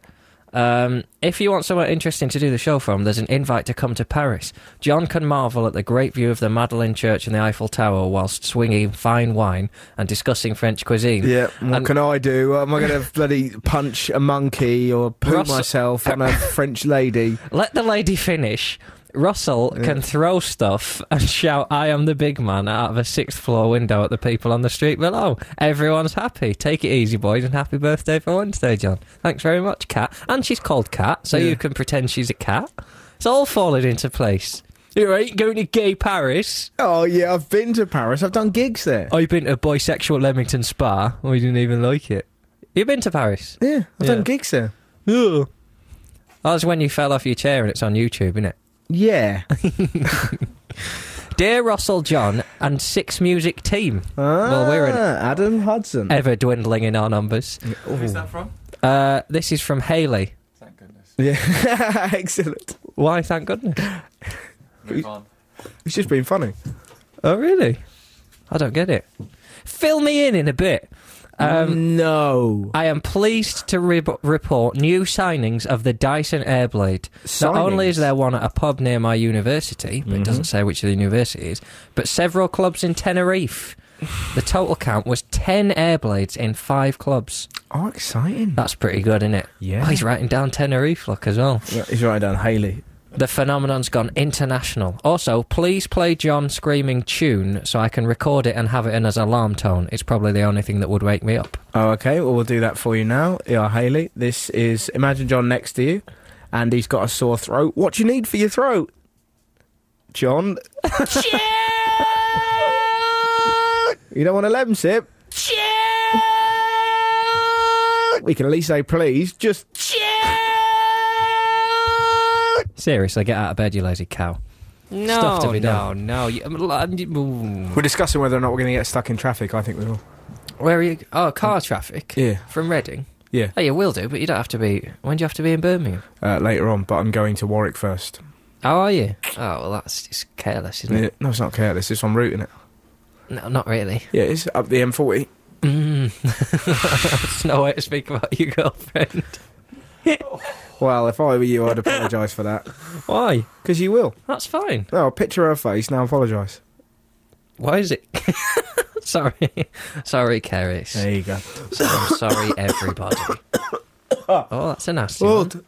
B: Um, if you want somewhere interesting to do the show from, there's an invite to come to Paris. John can marvel at the great view of the Madeleine Church and the Eiffel Tower whilst swinging fine wine and discussing French cuisine.
A: Yeah, what
B: And-
A: can I do? Am I going *laughs* to bloody punch a monkey or poo
B: Russell-
A: myself *laughs* on a French lady?
B: Let the lady finish. Russell can throw stuff and shout, I am the big man, out of a sixth floor window at the people on the street below. Everyone's happy. Take it easy, boys, and happy birthday for Wednesday, John. Thanks very much, Cat. And she's called Cat, so
A: Yeah.
B: you can pretend she's a cat. It's all falling into place. You ain't going to gay Paris.
A: Oh yeah, I've been to Paris. I've done gigs there.
B: Oh, you've been to bisexual Leamington Spa? Oh, you didn't even like it. You've been to Paris?
A: Yeah, I've
B: Yeah.
A: done gigs there.
B: Yeah. That's when you fell off your chair and it's on YouTube, isn't it?
A: *laughs* Yeah.
B: Dear Russell John and Six Music Team. well, we're in
A: Ah, Adam Hudson.
B: ever dwindling in our numbers.
D: Who's that from?
B: Uh, this is from Haley.
D: Thank goodness.
A: *laughs* yeah, excellent.
B: Why, thank goodness.
D: Move on.
A: It's just been funny.
B: Oh, really? I don't get it. Fill me in in a bit. Um,
A: no.
B: I am pleased to re- report new signings of the Dyson Airblade. Not only is
A: Signings?
B: there one at a pub near my university, but it doesn't say which of the university it is, but several clubs in Tenerife. the total count was 10 Airblades in five clubs.
A: Oh, exciting.
B: That's pretty good, isn't it?
A: Yeah.
B: Oh, he's writing down Tenerife, look, as well.
A: Yeah, He's right down Haley.
B: The phenomenon's gone international. Also, please play John screaming tune so I can record it and have it in as alarm tone. It's probably the only thing that would wake me up.
A: Oh, okay. Well, we'll do that for you now. Yeah, Haley. This is Imagine John next to you, and he's got a sore throat. What do you need for your throat, John? You don't want a lem sip? We can at least say please. Just
B: Seriously, get out of bed, you lazy cow. No, Stuff to be done. no, no. You, um, l- um, you- ooh.
A: we're discussing whether or not we're going to get stuck in traffic. I think we will.
B: Where are you? Oh, car traffic.
A: Yeah.
B: From Reading.
A: Yeah,
B: Oh, you will do, but you don't have to be. When do you have to be in Birmingham?
A: uh, later on, but I'm going to Warwick first.
B: How are you? Oh, well, that's just careless, isn't
A: Yeah.
B: it?
A: No, it's not careless. It's on route, isn't it?
B: No, not really.
A: Yeah, it's up the M40.
B: Mm. *laughs* That's no way to speak about your girlfriend.
A: Well, if I were you, I'd apologise for *laughs* that.
B: Why?
A: Because you will.
B: That's fine.
A: Oh, picture her face now. Apologise.
B: Why is it? *laughs* sorry, sorry, Keris.
A: you go.
B: I'm sorry, *coughs* everybody. oh, that's a nasty one.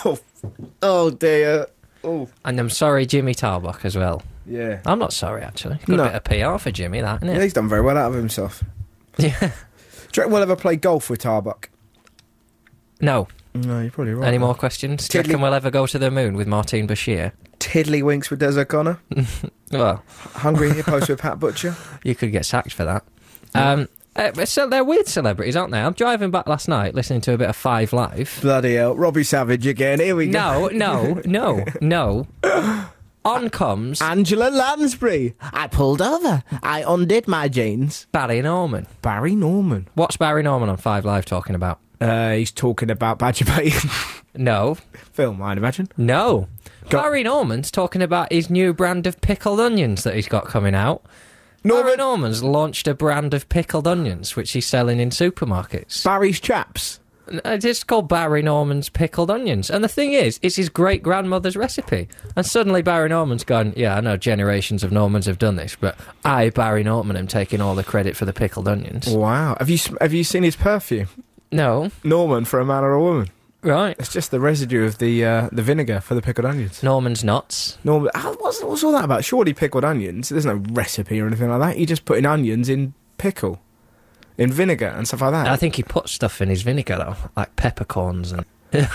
A: *coughs* oh dear. Oh
B: And I'm sorry, Jimmy Tarbuck, as well.
A: yeah.
B: I'm not sorry, actually. Good
A: No.
B: bit of PR for Jimmy, that,
A: Yeah,
B: isn't it?
A: he's done very well out of himself.
B: Yeah.
A: Do you reckon we'll ever play golf with Tarbuck?
B: *laughs* No.
A: No, you're probably right.
B: Any more questions? Do you
A: Tiddly-
B: reckon we'll ever go to the moon with Martine Bashir?
A: Tiddlywinks with Des O'Connor.
B: Well,
A: Hungry hippos with Pat Butcher.
B: you could get sacked for that. Um, uh, but so they're weird celebrities, aren't they? I'm driving back last night listening to a bit of Five *laughs* Live.
A: *laughs* Bloody hell, Robbie Savage again. Here we go.
B: No, no, no, *laughs* no. On comes
C: Angela Lansbury. I pulled over. I undid my jeans.
B: Barry Norman.
A: Barry Norman.
B: What's Barry Norman on Five Live talking about?
A: Uh, he's talking about Badger Payton
B: No,
A: *laughs* film, I'd imagine.
B: No.
A: Go-
B: Barry Norman's talking about his new brand of pickled onions that he's got coming out. Barry
A: Norman.
B: Norman's launched a brand of pickled onions, which he's selling in supermarkets.
C: Barry's chaps.
B: And It's called Barry Norman's pickled onions. And the thing is, it's his great grandmother's recipe. And suddenly Barry Norman's gone, yeah, I know generations of Normans have done this, but I, Barry Norman, am taking all the credit for the pickled onions.
A: Wow. Have you sm- have you seen his perfume?
B: No.
A: Norman for a man or a woman.
B: Right.
A: It's just the residue of the uh, the vinegar for the pickled onions.
B: Norman's nuts.
A: Norman, how- what's, what's all that about? Surely pickled onions. There's no recipe or anything like that. You're just putting onions in pickle, in vinegar and stuff like that.
B: I think he puts stuff in his vinegar, though, like peppercorns and *laughs*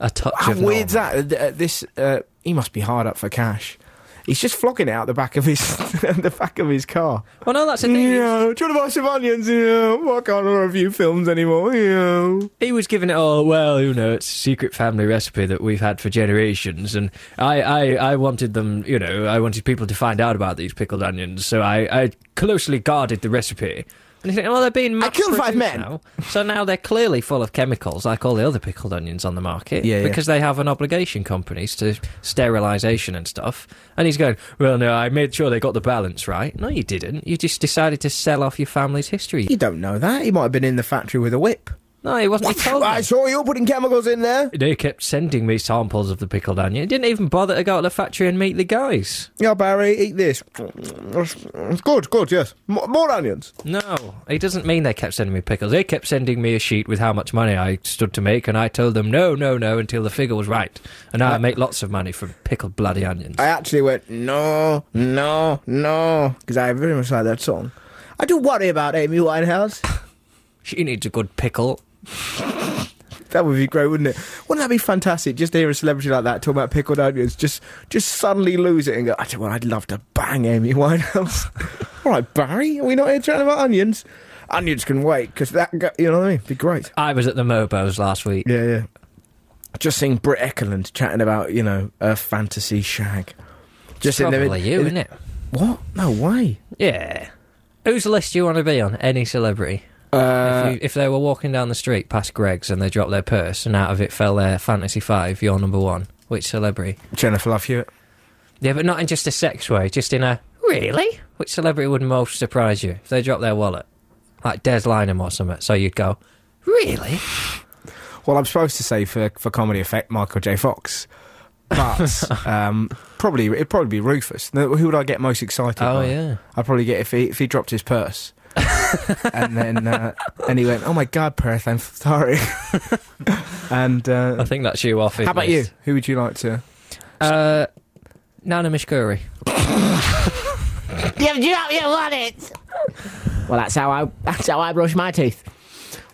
B: a touch
A: How
B: of
A: weird's
B: Norman.
A: Ah, that? Uh, This uh, he must be hard up for cash. He's just flogging it out the back of his *laughs* the back of his car.
B: Well, no, that's the
A: Yeah,
B: thing.
A: do you want to buy some onions? Yeah, well, I can't review films anymore. Yeah.
B: He was giving it all. Well, you know, it's a secret family recipe that we've had for generations, and I, I, I wanted them. You know, I wanted people to find out about these pickled onions, so I, I closely guarded the recipe. And you think, well, they're being mass
C: killed five
B: produced
C: men.
B: now, so now they're clearly full of chemicals, like all the other pickled onions on the market,
A: Yeah, yeah.
B: because they have an obligation companies to sterilisation and stuff. And he's going, well, no, I made sure they got the balance right. No, you didn't. You just decided to sell off your family's history.
A: You don't know that. He might have been in the factory with a whip.
B: No, he wasn't. He told
A: I
B: me.
A: saw you putting chemicals in there.
B: They kept sending me samples of the pickled onion. Didn't even bother to go to the factory and meet the guys.
A: Yeah, Barry, eat this. It's good, good, yes. More, more onions.
B: No, he doesn't mean they kept sending me pickles. They kept sending me a sheet with how much money I stood to make, and I told them no, no, no until the figure was right. And now I make lots of money from pickled bloody onions.
A: I actually went, no, no, no, because I very much like that song.
C: I do worry about Amy Winehouse.
B: She needs a good pickle.
A: *laughs* That would be great, wouldn't it? Wouldn't that be fantastic? Just to hear a celebrity like that talking about pickled onions, just just suddenly lose it and go, I tell you what, I'd love to bang Amy Winehouse. *laughs* All right, Barry, are we not here chatting about onions? Onions can wait, because that, go- you know what I mean? Be great.
B: I was at the Mobos last week.
A: Yeah, yeah. Just seeing Britt Eklund chatting about, you know, a fantasy shag. Just in the
B: Probably you,
A: in-
B: isn't it?
A: What? No way.
B: Yeah. Whose list do you want to be on? Any celebrity?
A: Uh,
B: if, you, if they were walking down the street past Greg's and they dropped their purse and out of it fell their Fantasy Five, you're number one. Which celebrity?
A: Jennifer Love Hewitt.
B: Yeah, but not in just a sex way, just in a really. Which celebrity would most surprise you if they dropped their wallet, like Des Lynam or something? So you'd go, really?
A: Well, I'm supposed to say for for comedy effect, Michael J. Fox, *laughs* but um, probably it'd probably be Rufus. No, Who would I get most excited?
B: Oh
A: by?
B: yeah.
A: I'd probably get if he if he dropped his
B: *laughs*
A: purse. and then uh, and he went, "Oh my God, Perth, I'm sorry." *laughs* and
B: I
A: uh,
B: think that's you off. his
A: how about you?
B: list.
A: Who would you like to?
B: Uh, Nana Mishkuri.
C: you, you, you want it. Well, that's how I that's how I brush my teeth.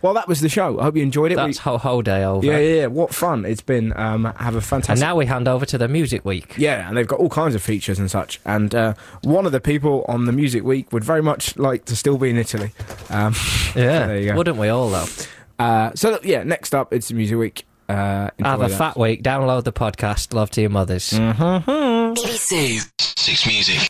A: Well, that was the show. I hope you enjoyed it.
B: That's whole whole day over.
A: We- yeah, yeah, yeah. What fun it's been. Um, have a fantastic.
B: And now we hand over to the Music Week.
A: Yeah, and they've got all kinds of features and such. And uh, one of the people on the Music Week would very much like to still be in Italy. Um, *laughs*
B: Yeah,
A: There you go.
B: wouldn't we all though?
A: uh, so that- yeah, next up it's the Music Week. Uh,
B: Have
A: enjoy
B: a
A: that.
B: fat week. Download the podcast. Love to your mothers.
E: BBC Six Music.